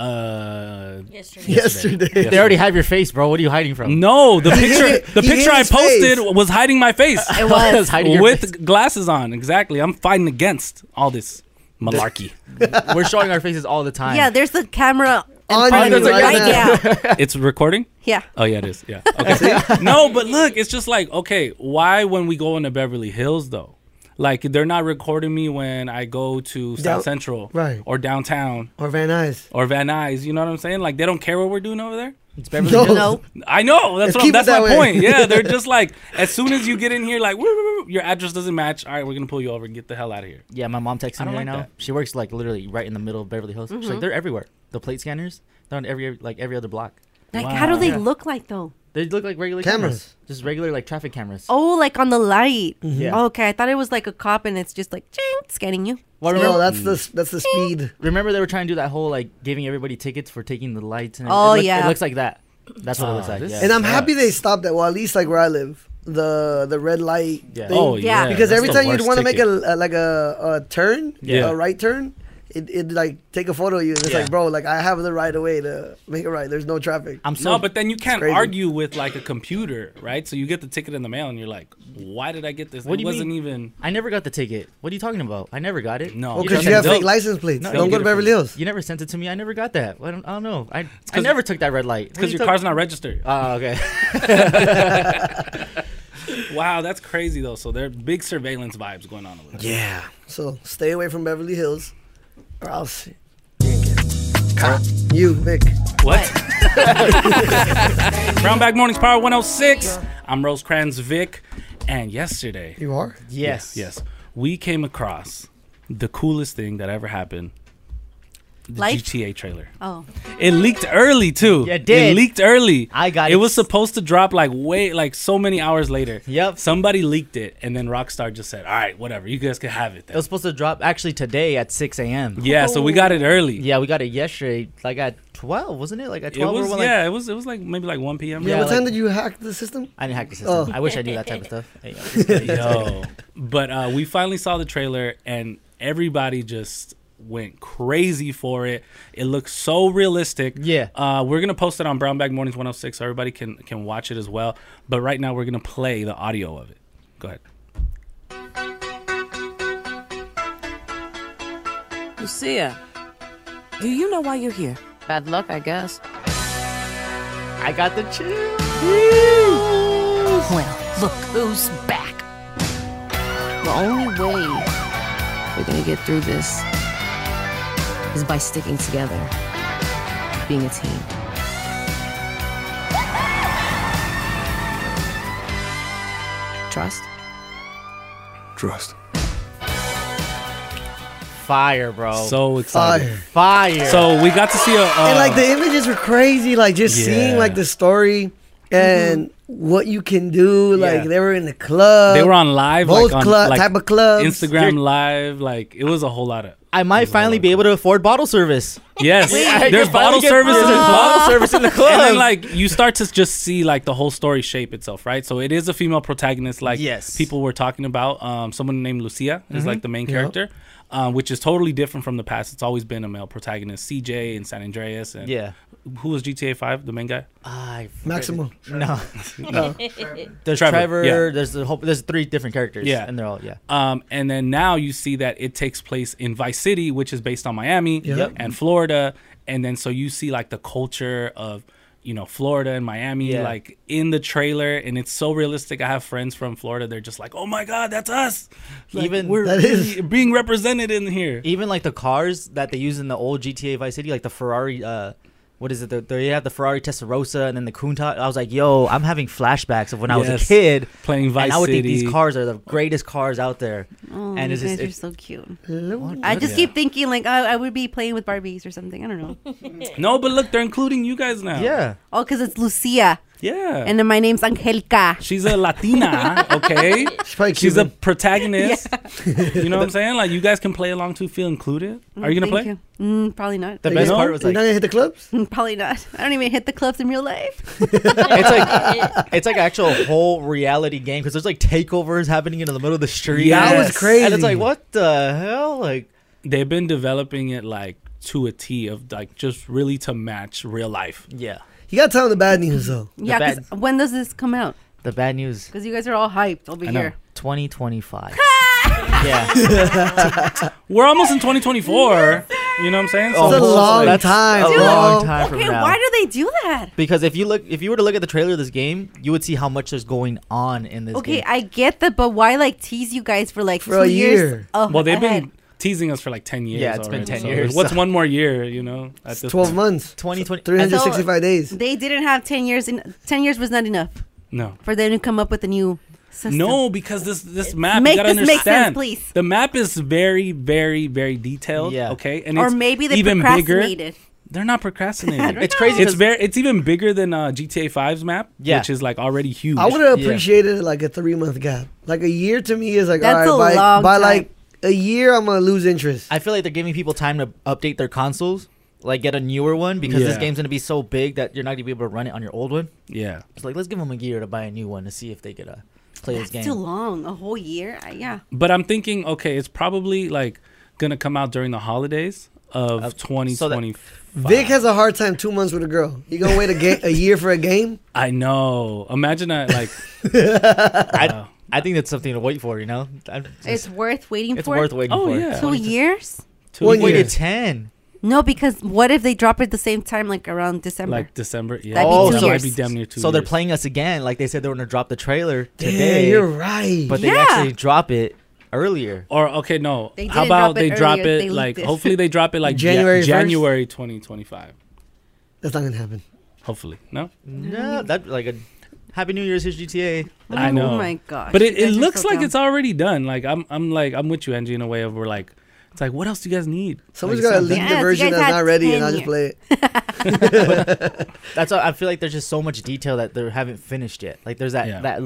Uh, Yesterday. Yesterday. They already have your face, bro. What are you hiding from? no, the hid picture it- the he hid picture I his face. posted was hiding my face. was. Hiding your with glasses on. Exactly. I'm fighting against all this. malarkey. We're showing our faces all the time. Yeah, there's the camera On on you you right right now. now. it's recording. Yeah. Oh yeah, it is. Yeah. Okay. no, but look, it's just like okay, why when we go into Beverly Hills though, like they're not recording me when I go to South Down- Central, right. or downtown, or Van Nuys, or Van Nuys. You know what I'm saying? Like they don't care what we're doing over there. It's Beverly No. Hills. I know. That's Let's what, keep it that's that my way. point. Yeah, they're just like as soon as you get in here, like "Woo, woo, woo, your address doesn't match. All right, we're gonna pull you over and get the hell out of here. Yeah, my mom texts I me don't right like now. that. She works like literally right in the middle of Beverly Hills. She's Mhm. like, they're everywhere. The plate scanners, they're on every like every other block. Like, how do they Yeah. look like though? They look like regular cameras, just regular like traffic cameras. Oh, like on the light. Mhm. Yeah. Okay, I thought it was like a cop and it's just like ching, scanning you. remember- that's the speed. Remember they were trying to do that whole like giving everybody tickets for taking the lights. And Oh, it look- yeah. it looks like that. That's what it Ah, looks like. Yeah. and I'm happy they stopped that. Well, at least like where I live, the the red light. Yeah. thing. Oh, yeah, Because that's every the time you'd worst want to make ticket. a, a like a, a turn, Yeah. a right turn, it it like take a photo of you. And it's Yeah. like, bro, like I have the right of way to make it right. There's no traffic. no, but then you It's can't crazy. argue with like a computer, right? So you get the ticket in the mail, and you're like, "Why did I get this? What it do you wasn't mean? even." I never got the ticket. What are you talking about? I never got it. No, Well, 'cause Oh, you have fake license plates. Don't you go get to it from- Beverly Hills. You never sent it to me. I never got that. I don't, I don't know. I, I 'cause- never took that red light. It's because your car's not registered. Oh, okay. wow, that's crazy though. So there are big surveillance vibes going on over there. So stay away from Beverly Hills, or else. Cop. You, Vic. What? Brown Bag Mornings Power 106. I'm Rosecrans Vic, and yesterday you are Yes. yes, we came across the coolest thing that ever happened. The Life? GTA trailer. Oh. It leaked early too. Yeah, it did. leaked early. I got It it. was supposed to drop like way like so many hours later. Yep. Somebody leaked it, and then Rockstar just said, "All right, whatever. You guys can have it." It was supposed to drop actually today at 6 a.m. Yeah, so we got it early. Yeah, we got it yesterday, like at 12, wasn't it? Like at It 12 was or one, yeah. It was it was like maybe like 1 p.m. Yeah. what like- time did you hack the system? I didn't hack the system. Oh. I wish I knew that type of stuff. Hey, Yo. But uh, we finally saw the trailer, and everybody just went crazy for it. It looks so realistic. Yeah. Uh, we're gonna post it on Brown Bag Mornings 106. So everybody can can watch it as well. But right now, we're gonna play the audio of it. Go ahead. Lucia, do you know why you're here? Bad luck, I guess. I got the chill. Well, look who's back. The only way we're gonna get through this is by sticking together, being a team. Trust? Trust. Fire, bro. So excited. Fire. Fire. So we got to see a. Uh, and like the images were crazy. Like just seeing Yeah. like the story and Mm-hmm. what you can do. Like they were in the club. they were on live, Uh, Both like on club like type of clubs. Instagram live. Like it was a whole lot of. I might finally be able to afford bottle service. Yes, I there's can finally bottle get- service. There's in the club. bottle service in the club. And then, like, you start to just see like the whole story shape itself, right? So it is a female protagonist, like Yes. people were talking about. Um, someone named Lucia is Mhm. like the main Yep. character, um, which is totally different from the past. It's always been a male protagonist, CJ and San Andreas, and Yeah. who was GTA Five, the main guy? I forget Maximo. it. No. No. There's Trevor, Trevor. yeah. There's the whole. There's three different characters. Yeah, And they're all yeah. Um, and then now you see that it takes place in Vice City, which is based on Miami Yep. and Florida, and then so you see like the culture of you know Florida and Miami Yeah. like in the trailer, and it's so realistic. I have friends from Florida; they're just like, "Oh my God, that's us!" Like, even we're that is being represented in here. Even like the cars that they use in the old GTA Vice City, like the Ferrari. uh what is it? The, they have the Ferrari Testarossa and then the Countach. I was like, "Yo, I'm having flashbacks of when I was a Yes. kid Playing and Vice I would think these City. cars are the greatest cars out there, Oh, and it's you just guys are it's so cute. Hello. I just Yeah. keep thinking like oh, I, I would be playing with Barbies or something. I don't know. No, but look, they're including you guys now. Yeah. oh, because it's Lucia. Yeah. And then my name's Angelica. She's a Latina, okay? She's, a protagonist. You know what I'm saying? Like, you guys can play along too, feel included. Are you going to play? Thank you. Mm, probably not. The best No? part was, You're not like- gonna hit the clubs. Probably not. I don't even hit the clubs in real life. it's like it's like actual whole reality game because there's like takeovers happening in the middle of the street. Yeah, that was And crazy. it's like what the hell? Like They've been developing it, like, to a T of, like, just really to match real life. Yeah. You gotta tell them the bad Mm-hmm. news though. yeah. 'cause when does this come out? the bad news. Because you guys are all hyped over here. 2025. Yeah. We're almost in 2024. You know what I'm saying? It's a long Oh, That's time, a bro. long time from oh, Okay, now. why do they do that? Because if you look, if you were to look at the trailer of this game, you would see how much there's going on in this Okay, game. I get that, but why like tease you guys for like two years? Oh, well, they've ahead? been teasing us for like 10 years. Yeah, it's been already, 10 so years, What's so- one more year, you know? At this 12 months. 2020. 365 days. They didn't have ten years. In ten years was not enough No. for them to come up with a new system. No, because this this map Make you gotta this make sense, understand. please. The map is very, very, very detailed. Yeah. Okay. And or it's maybe they even procrastinated. bigger. They're not procrastinating. It's crazy It's 'cause- very. It's even bigger than uh, GTA 5's map, Yeah. which is like already huge. I would have appreciated like a three month gap. Like a year to me is like That's all a right. by long by time. like a year, I'm gonna lose interest. I feel like they're giving people time to update their consoles, like get a newer one because this Yeah. game's gonna be so big that you're not gonna be able to run it on your old one. Yeah. It's like let's give them a year to buy a new one to see if they get a play this game. Too long, a whole year. I, yeah. But I'm thinking, okay, it's probably like gonna come out during the holidays of 2020. Vic has a hard time two months with a girl. You gonna wait a, ga- a year for a game? I know. Imagine that, like. I, I think that's something to wait for. You know, I'm just- It's worth waiting It's for. worth waiting Oh, for. yeah. Two Only to- years. Two One waited year. ten. No, because what if they drop it at the same time, like around December? Like December, yeah. Oh, That'd be two that years. So they're playing us again, like they said they were gonna drop the trailer Damn, today. you're right. But they Yeah. actually drop it earlier. Or okay, no. They didn't How drop about it they drop earlier, it they like leaked it. hopefully they drop it like January January 1st? January 2025. That's not gonna happen. Hopefully, no. No, that like a Happy New Year's, here's GTA. I know. Oh gosh, But you it, guys it are looks so like dumb. it's already done. Like I'm I'm like I'm with you, Angie, in a way of we're like it's like what else do you guys need? Someone's like, gotta it's leak not the done. version that's not ready, and I'll just play it. That's why I feel like there's just so much detail that they haven't finished yet. Like there's that that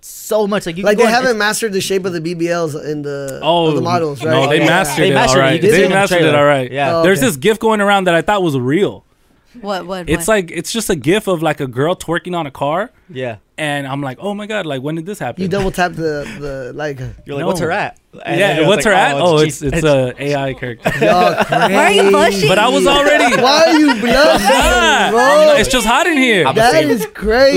so much like you like can they go on- haven't mastered the shape of the BBLs in the Oh, of the models, right? No, they mastered it. all right. can see it They in the mastered it. trailer. All right. Yeah. Oh, There's okay. this gif going around that I thought was real. What? What? It's what? like it's just a gif of like a girl twerking on a car. Yeah. And I'm like, oh my god, like when did this happen? You double tap the the like. You're like, what's her at? And yeah, everyone's what's her like, at? oh, Oh, it's it's G- it's a AI character. Why are you blushing? But I was already. Why are you blushing, I'm not. bro? I'm not. It's just hot in here. That is crazy.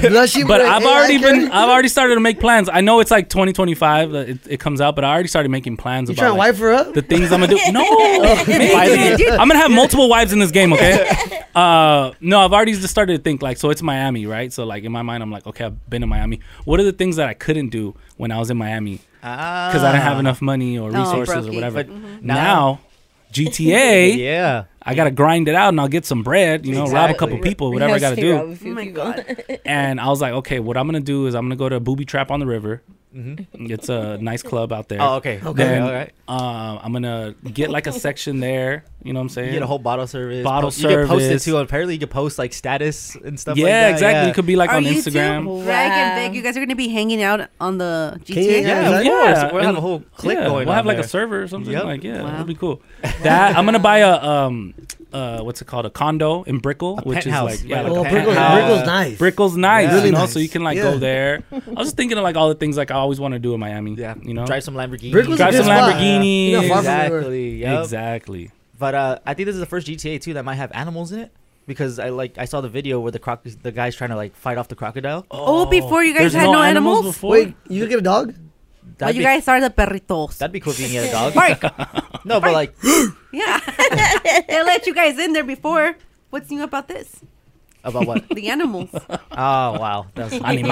Blushing but for an I've AI already been. character? I've already started to make plans. I know it's like 2025. that It, it comes out, but I already started making plans You about trying to like, wipe her up? the things I'm gonna do. No, Maybe. I'm gonna have multiple wives in this game. Okay. Uh, no, I've already just started to think like, so it's Miami, right? So like in my mind, I'm like, okay, I've been to Miami. What are the things that I couldn't do when I was in Miami? Because I didn't have Ah. enough money or Oh, resources or brokey. whatever. But Now, GTA. yeah. I gotta grind it out and I'll get some bread. You know, rob a couple Exactly. people, whatever I gotta do. Oh my god. And I was like, okay, what I'm gonna do is I'm gonna go to Booby Trap on the River. It's a nice club out there. Mm-hmm. Oh, okay. Okay, Then, alright. uh, I'm gonna get like a section there. You know what I'm saying? You get a whole bottle service. Bottle post- You get posted service. too. Apparently, you can post like status and stuff. Yeah, like that. exactly. You could be, like, Are on you Instagram. Two, Greg and Vic, you guys are gonna be hanging out on the Can you- GTA. yeah, of course. We'll have and- a whole clique yeah, going Uh, We'll have on like a there. server or something. Yep. Like, yeah, Wow. it'll be cool. That I'm gonna buy a um uh what's it called? A condo in Brickell, which penthouse, is like yeah, right? like Oh, a Brickell- penthouse. Brickell's nice. Brickell's nice, Yeah. Really you know, nice. so you can like Yeah. go there. I was just thinking of like all the things like I always want to do in Miami. Yeah. You know? Drive some Lamborghini. Brickell's Drive some Lamborghini. Exactly. yep. Exactly. But uh, I think this is the first GTA too that might have animals in it because I like I saw the video where the croc the guy's trying to like fight off the crocodile. Oh, before you guys had no, animals. Wait, you could get a dog? Well, you guys are the perritos. That'd be cool if you can get a dog. Bark. no, but like Yeah, they let you guys in there before. What's new about this? about what? The animals. oh wow, that's all right,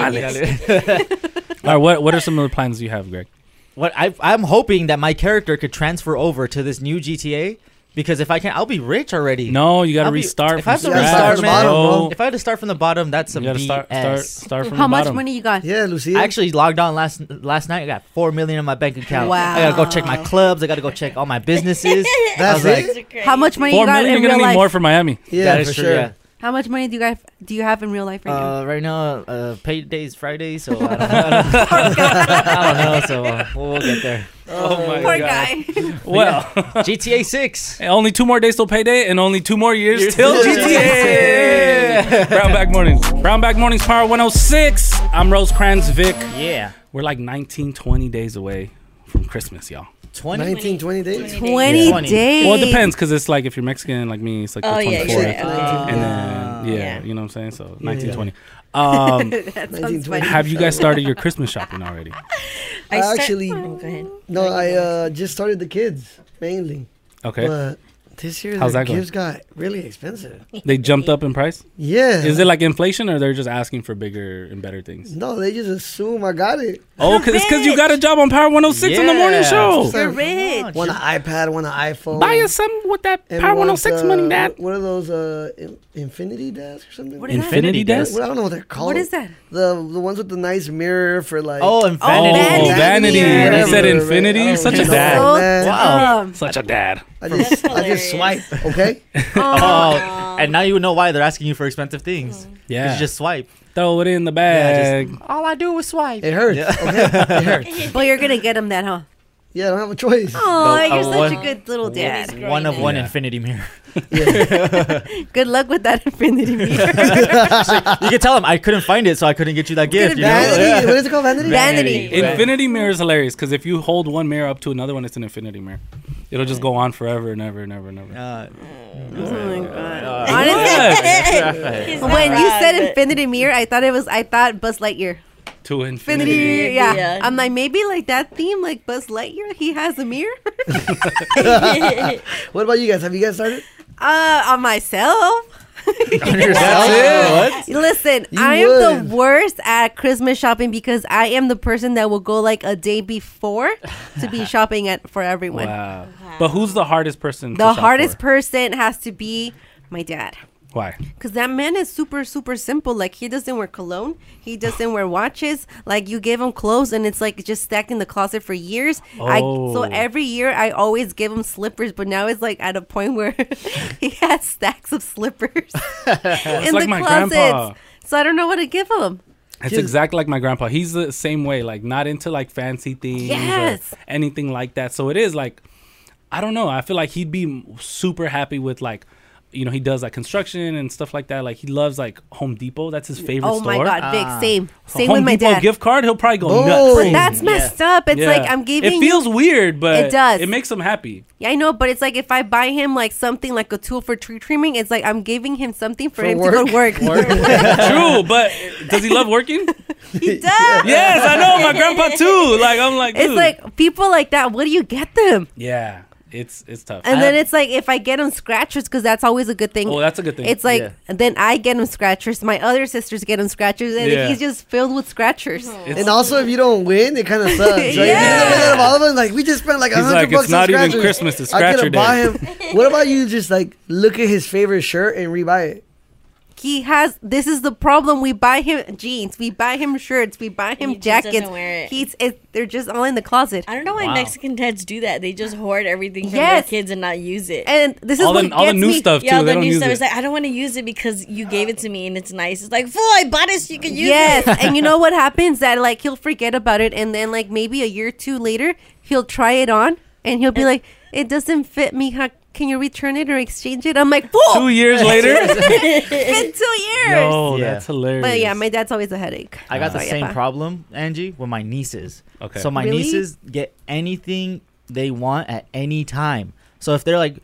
what what are some of the plans you have, Greg? what I, I'm hoping that my character could transfer over to this new GTA because if I can, I'll be rich already. No, you gotta I'll be- restart If from I have to scratch, restart, man, bro. if I had to start from the bottom, that's some gotta start- BS. start- start How much money you got? Yeah, Lucia. I actually logged on last last night. I got four million in my bank account. Wow. I gotta go check my clubs. I gotta go check all my businesses. I was like, How much money Four you got million, in you're real gonna need life? more for Miami. Yeah, That is for true, sure. How much money do you guys do you have in real life right now? Uh, right now, uh, payday's Friday, so I don't, I don't know. So uh, we'll we'll get there. Oh my Poor God. guy. Well, GTA Six. Only two more days till payday, and only two more years till till GTA. Brownback mornings. Brownback mornings. Power 106. I'm Rose Kranz Vic. Yeah. We're like 19, 20 days away from Christmas, y'all. 20? 19, 20 days? 20 days. Well, it depends because it's like if you're Mexican like me, it's like Oh, the yeah, 24th, yeah, yeah. and then Yeah, you know what I'm saying. So Yeah, yeah. 1920. Um, That sounds funny. have you guys started your Christmas shopping already? I, I start- actually Oh, go ahead. no. I uh, just started the kids mainly. Okay. But this year How's the that going? gifts got really expensive. They jumped up in price. Yeah. Is it like inflation, or they're just asking for bigger and better things? No, they just assume I got it. Oh, cause, it's cause you got a job on Power 106 on the morning show. rich. One iPad, one iPhone. Buy us some with that And Power one, 106 uh, money, Dad. What are those? Uh, in- Infinity desks or something? What is that? Infinity desks? Well, I don't know what they're called. is that? The the ones with the nice mirror for like. Oh, Infinity. Oh, vanity. He said Whatever, infinity. right? Such a Oh, dad. man. Such a dad. I just, I just swipe. Okay. oh, and now you know why they're asking you for expensive things. Yeah. you just swipe. Throw it in the Yeah, bag. just- All I do is swipe. Uh, It hurts. Okay. It hurts. Well, you're gonna get him that, huh? Yeah, I don't have a choice. Oh, No, you're uh, such one- a good little dad. One of one Yeah. infinity mirror. Good luck with that infinity mirror. you can tell them I couldn't find it, so I couldn't get you that gift. You know? Vanity. Yeah. What is it called? Vanity. Infinity mirror is hilarious because if you hold one mirror up to another one, it's an infinity mirror. It'll just go on forever and ever and ever and oh ever. my god. Honestly, when you said infinity mirror, I thought it was I thought Buzz Lightyear. to Infinity infinity. mirror, yeah. Yeah. I'm like maybe like that theme, like Buzz Lightyear, he has a mirror. what about you guys? Have you guys started? Uh, on myself. yourself? What? Listen, You I am the worst at Christmas shopping because I am the person that will go like a day before to be shopping at for everyone. Wow. But who's the hardest person? to The shop hardest for? person has to be my dad. Why? Cause that man is super, super simple. Like he doesn't wear cologne. He doesn't wear watches. Like you give him clothes, and it's like just stacked in the closet for years. I, so Oh. every year I always give him slippers, but now it's like at a point where he has stacks of slippers in like the my closets. grandpa. So I don't know what to give him. It's Just- exactly like my grandpa. He's the same way, like not into like fancy things Yes. or anything like that. So it is like, I don't know. I feel like he'd be m- super happy with like, you know, he does like construction and stuff like that. Like he loves like Home Depot. That's his favorite. Oh my store. God, big, Ah. Oh, same. So Same Home with my Depot dad. gift card. He'll probably go nuts. But that's messed up. It's like I'm giving. It you- feels weird, but It does. It makes him happy. Yeah, I know, but it's like if I buy him like something like a tool for tree trimming, it's like I'm giving him something for, For him to work. go work. True, but does he love working? He does. Yes, I know my grandpa too. Like I'm like, it's dude. like people like that. What do you get them? yeah, it's it's tough. And then it's like if I get them scratchers, because that's always a good thing. Oh, that's a good thing. It's like Yeah. then I get them scratchers. My other sisters get them scratchers, and Yeah. he's just filled with scratchers. And also, if you don't win, it kind of sucks. Right? Yeah. You know, all of us, like we just spent like a He's hundred like, bucks "It's not on even scratchers. Christmas, it's I scratcher could buy day." him. What about you? Just like look at his favorite shirt and rebuy it. he has. This is the problem. We buy him jeans. We buy him shirts. We buy him just doesn't jackets. wear it. He's. It, they're just all in the closet. I don't know why Mexican dads do that. They just hoard everything from their Yes. kids and not use it. And this is All the- what all the gets new me. stuff, Yeah, all too. They the don't new use stuff. it. It's like I don't want to use it because you gave it to me and it's nice. It's like, fool, I bought it so you could use yes. it. and you know what happens? That like he'll forget about it, and then like maybe a year or two later, he'll try it on, and he'll be like, "It doesn't fit me. How can you return it or exchange it?" I'm like, "Fool!" Two years later? it's been two years. Yo, Yeah. that's hilarious. But yeah, my dad's always a headache. Oh, I Ah. got the Sorry, same Appa. problem, Angie, with my nieces. Okay. So my Really? nieces get anything they want at any time. So if they're like,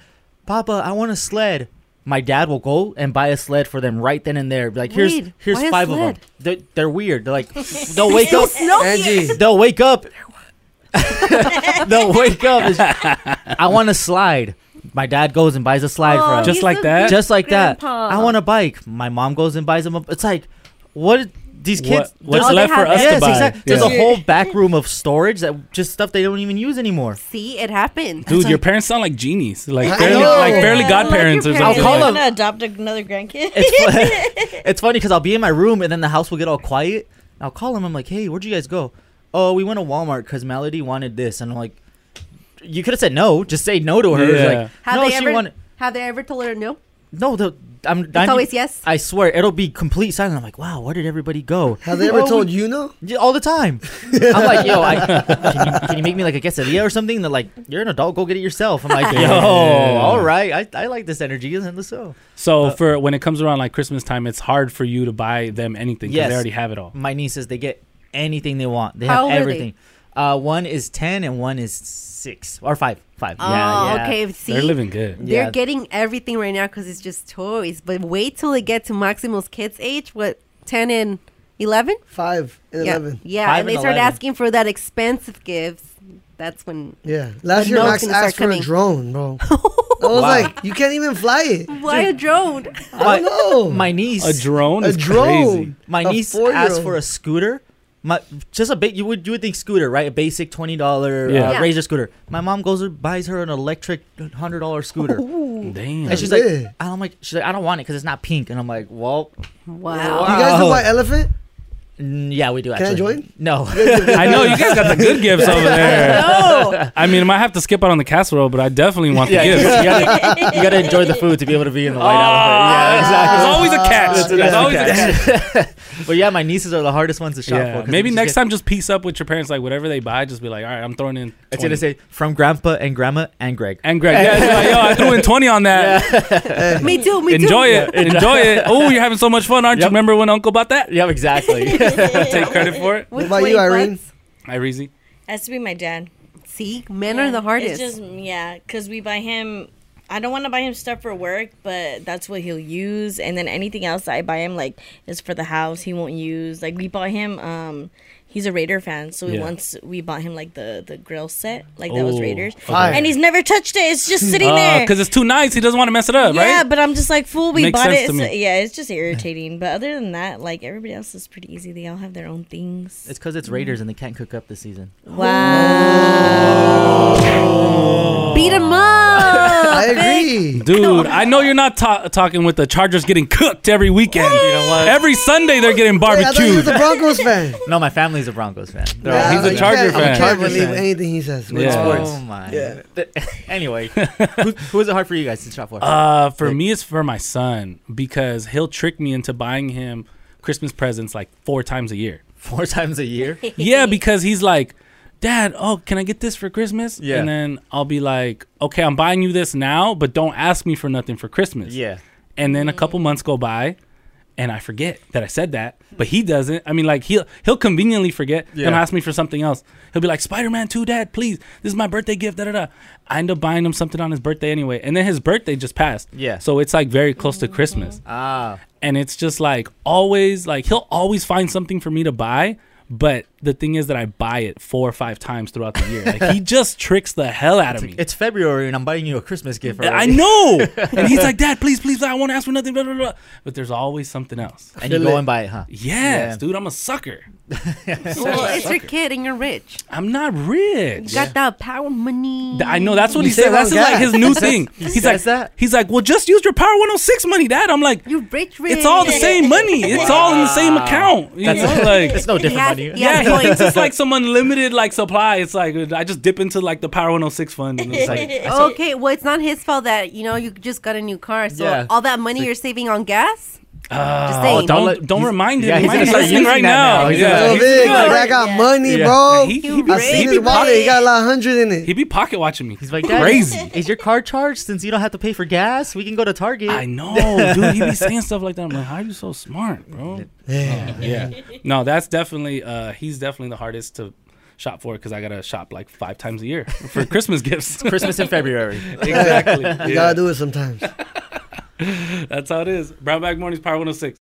"Papa, I want a sled," my dad will go and buy a sled for them right then and there. Be Like, here's Weird. here's Why a five of them. sled? They're, they're weird. They're like, they'll wake So up. snowy. Angie. They'll wake up. they'll wake up. It's- I want a slide. My dad goes and buys a slide Aw, for him. Just Oh, he's like a that? good Just like grandpa. that. I want a bike. My mom goes and buys him a. It's like, what? These What- kids. what's there's- left for us to yes, buy? exactly. Yeah. There's a whole back room of storage that just stuff they don't even use anymore. See, it happened. dude, your parents sound like genies, like I barely, know. like barely Yeah. godparents or Like your something. parents. I'll call like- I'm gonna adopt another grandkid. it's funny because I'll be in my room and then the house will get all quiet. I'll call him. I'm like, hey, where'd you guys go? Oh, we went to Walmart because Melody wanted this, and I'm like, you could have said no. Just say no to her. It's Yeah. Like, Have no, they she ever? wanted. Have they ever told her no? No, the I'm. It's always yes. I swear, it'll be complete silence. I'm like, wow, where did everybody go? Have they ever Oh, told we- you no? Yeah, all the time. I'm like, yo, I, can, you, can you make me like a quesadilla or something? They're like, you're an adult, go get it yourself. I'm like, yo, Yeah. all right, I, I like this energy, isn't it? So So for when it comes around like Christmas time, it's hard for you to buy them anything because Yes. they already have it all. my nieces, they get anything they want. They How have old are they? everything. Uh, one is ten and one is six or five. five. Oh, okay. See, They're getting everything right now because it's just toys. But wait till they get to Maximo's kids' age. What, ten and eleven? Five and yeah. 11. Yeah, Five and and they start 11. asking for that expensive gifts. That's when. Yeah. Last the year, notes Max gonna start asked for a coming. drone, bro. I was like, you can't even fly it. Why a drone? My, my niece. A drone A is drone. crazy. My A niece four-year-old. asked for a scooter. My just a bit. You would you would think scooter, right? A basic twenty dollar Yeah. uh, Yeah. razor scooter. My mom goes and buys her an electric hundred dollar scooter. Damn. And she's like, and I'm like, she's like, I don't want it because it's not pink. And I'm like, well, Wow. You guys do white elephant? Mm, Yeah, we do. Can I actually. join? No. I know you guys got the good gifts over there. No. I mean, I might have to skip out on the casserole, but I definitely want the Yeah, gifts. you gotta, you gotta enjoy the food to be able to be in the white elephant. Ah. Yeah, exactly. There's always a catch. That's- There's that's always a catch. but yeah, my nieces are the hardest ones to shop for. Yeah, 'cause maybe it's next just- time just piece up with your parents, like whatever they buy, just be like, all right, I'm throwing in. 20. It's gonna say from grandpa and grandma and Greg and Greg. Yeah, it's like, yo, I threw in twenty on that. me too. Me too. enjoy it. Enjoy it. Oh, you're having so much fun, aren't you? Remember when Uncle bought that? Yep, exactly. Take credit for it. What about you, 20 Irene? Irene. Has to be my dad. See, men are the It's hardest. just yeah, because we buy him. I don't want to buy him stuff for work, but that's what he'll use. And then anything else that I buy him, like, is for the house. He won't use. Like we bought him. Um, he's a Raider fan, so we Yeah. once we bought him like the the grill set, like that was Oh, Raiders, okay. Fire. Ah, and he's never touched it. It's just sitting there. because Uh, it's too nice. He doesn't want to mess it up, right? yeah, but I'm just like, fool, we Makes bought sense it. to so- me. yeah, it's just irritating. But other than that, like everybody else is pretty easy. They all have their own things. It's because it's Raiders and they can't cook up this season. Mm. Beat him up. I agree. Dude, I know you're not ta- talking with the Chargers getting cooked every weekend. Every Sunday they're getting Hey, I thought you barbecued. was a Broncos fan. No, my family's a Broncos fan. They're Yeah, all- He's a you Charger can't- you fan. can't believe anything he says. Yeah. Sports. Oh, Oh my. my. anyway, who, who is it hard for you guys to shop for? Uh, for me, it's for my son because he'll trick me into buying him Christmas presents like four times a year. Four times a year? yeah, because he's like, Dad, oh, can I get this for Christmas? Yeah. And then I'll be like, okay, I'm buying you this now, but don't ask me for nothing for Christmas. Yeah. And then a couple months go by. And I forget that I said that, but he doesn't. I mean, like he'll he'll conveniently forget. Yeah. He'll ask me for something else. He'll be like, "Spider Man Two, Dad, please. This is my birthday gift." Da da da. I end up buying him something on his birthday anyway, and then his birthday just passed. Yeah. So it's like very close to Christmas. Ah. And it's just like always, like he'll always find something for me to buy. But the thing is that I buy it four or five times throughout the year. Like he just tricks the hell out of me. It's February and I'm buying you a Christmas gift. I already. know. and he's like, Dad, please, please, I won't ask for nothing. Blah, blah, blah. But there's always something else. And you Feel go it. and buy it, huh? Yes, Yeah. dude, I'm a sucker. Well, it's your kid and you're rich. I'm not rich. You got that power money. Th- I know that's what You he say said. That's wrong like his guy. new He says- thing. he he's says like that? He's like, well, just use your Power 106 money, Dad. I'm like, you rich, rich. It's all the same money. It's all in the same account. You That's- know, like it's no different He has- money. he Yeah, has he points. thinks it's like some unlimited like supply. It's like I just dip into like the Power 106 fund and it's like Oh, okay, well, it's not his fault that you know you just got a new car, so Yeah. all that money you're saving on gas. Uh, Just saying. don't Don't let- don't he's- remind him. yeah, Yeah, he's he's gonna start listening using right that now. now. He's Yeah. gonna- Yo, He's Vic, good. like, I got money, Yeah. bro. He- he I seen his wallet. He got a lot of hundred in it. He be pocket watching me. He's like, Dad, crazy. Is your car charged since you don't have to pay for gas? We can go to Target. I know, dude. He be saying stuff like that. I'm like, how are you so smart, bro? Yeah. Oh, yeah. No, that's definitely. Uh, he's definitely the hardest to shop for because I gotta shop like five times a year for Christmas gifts. Christmas in February. exactly. you gotta do it sometimes. That's how it is. Brown bag Mornings Power 106.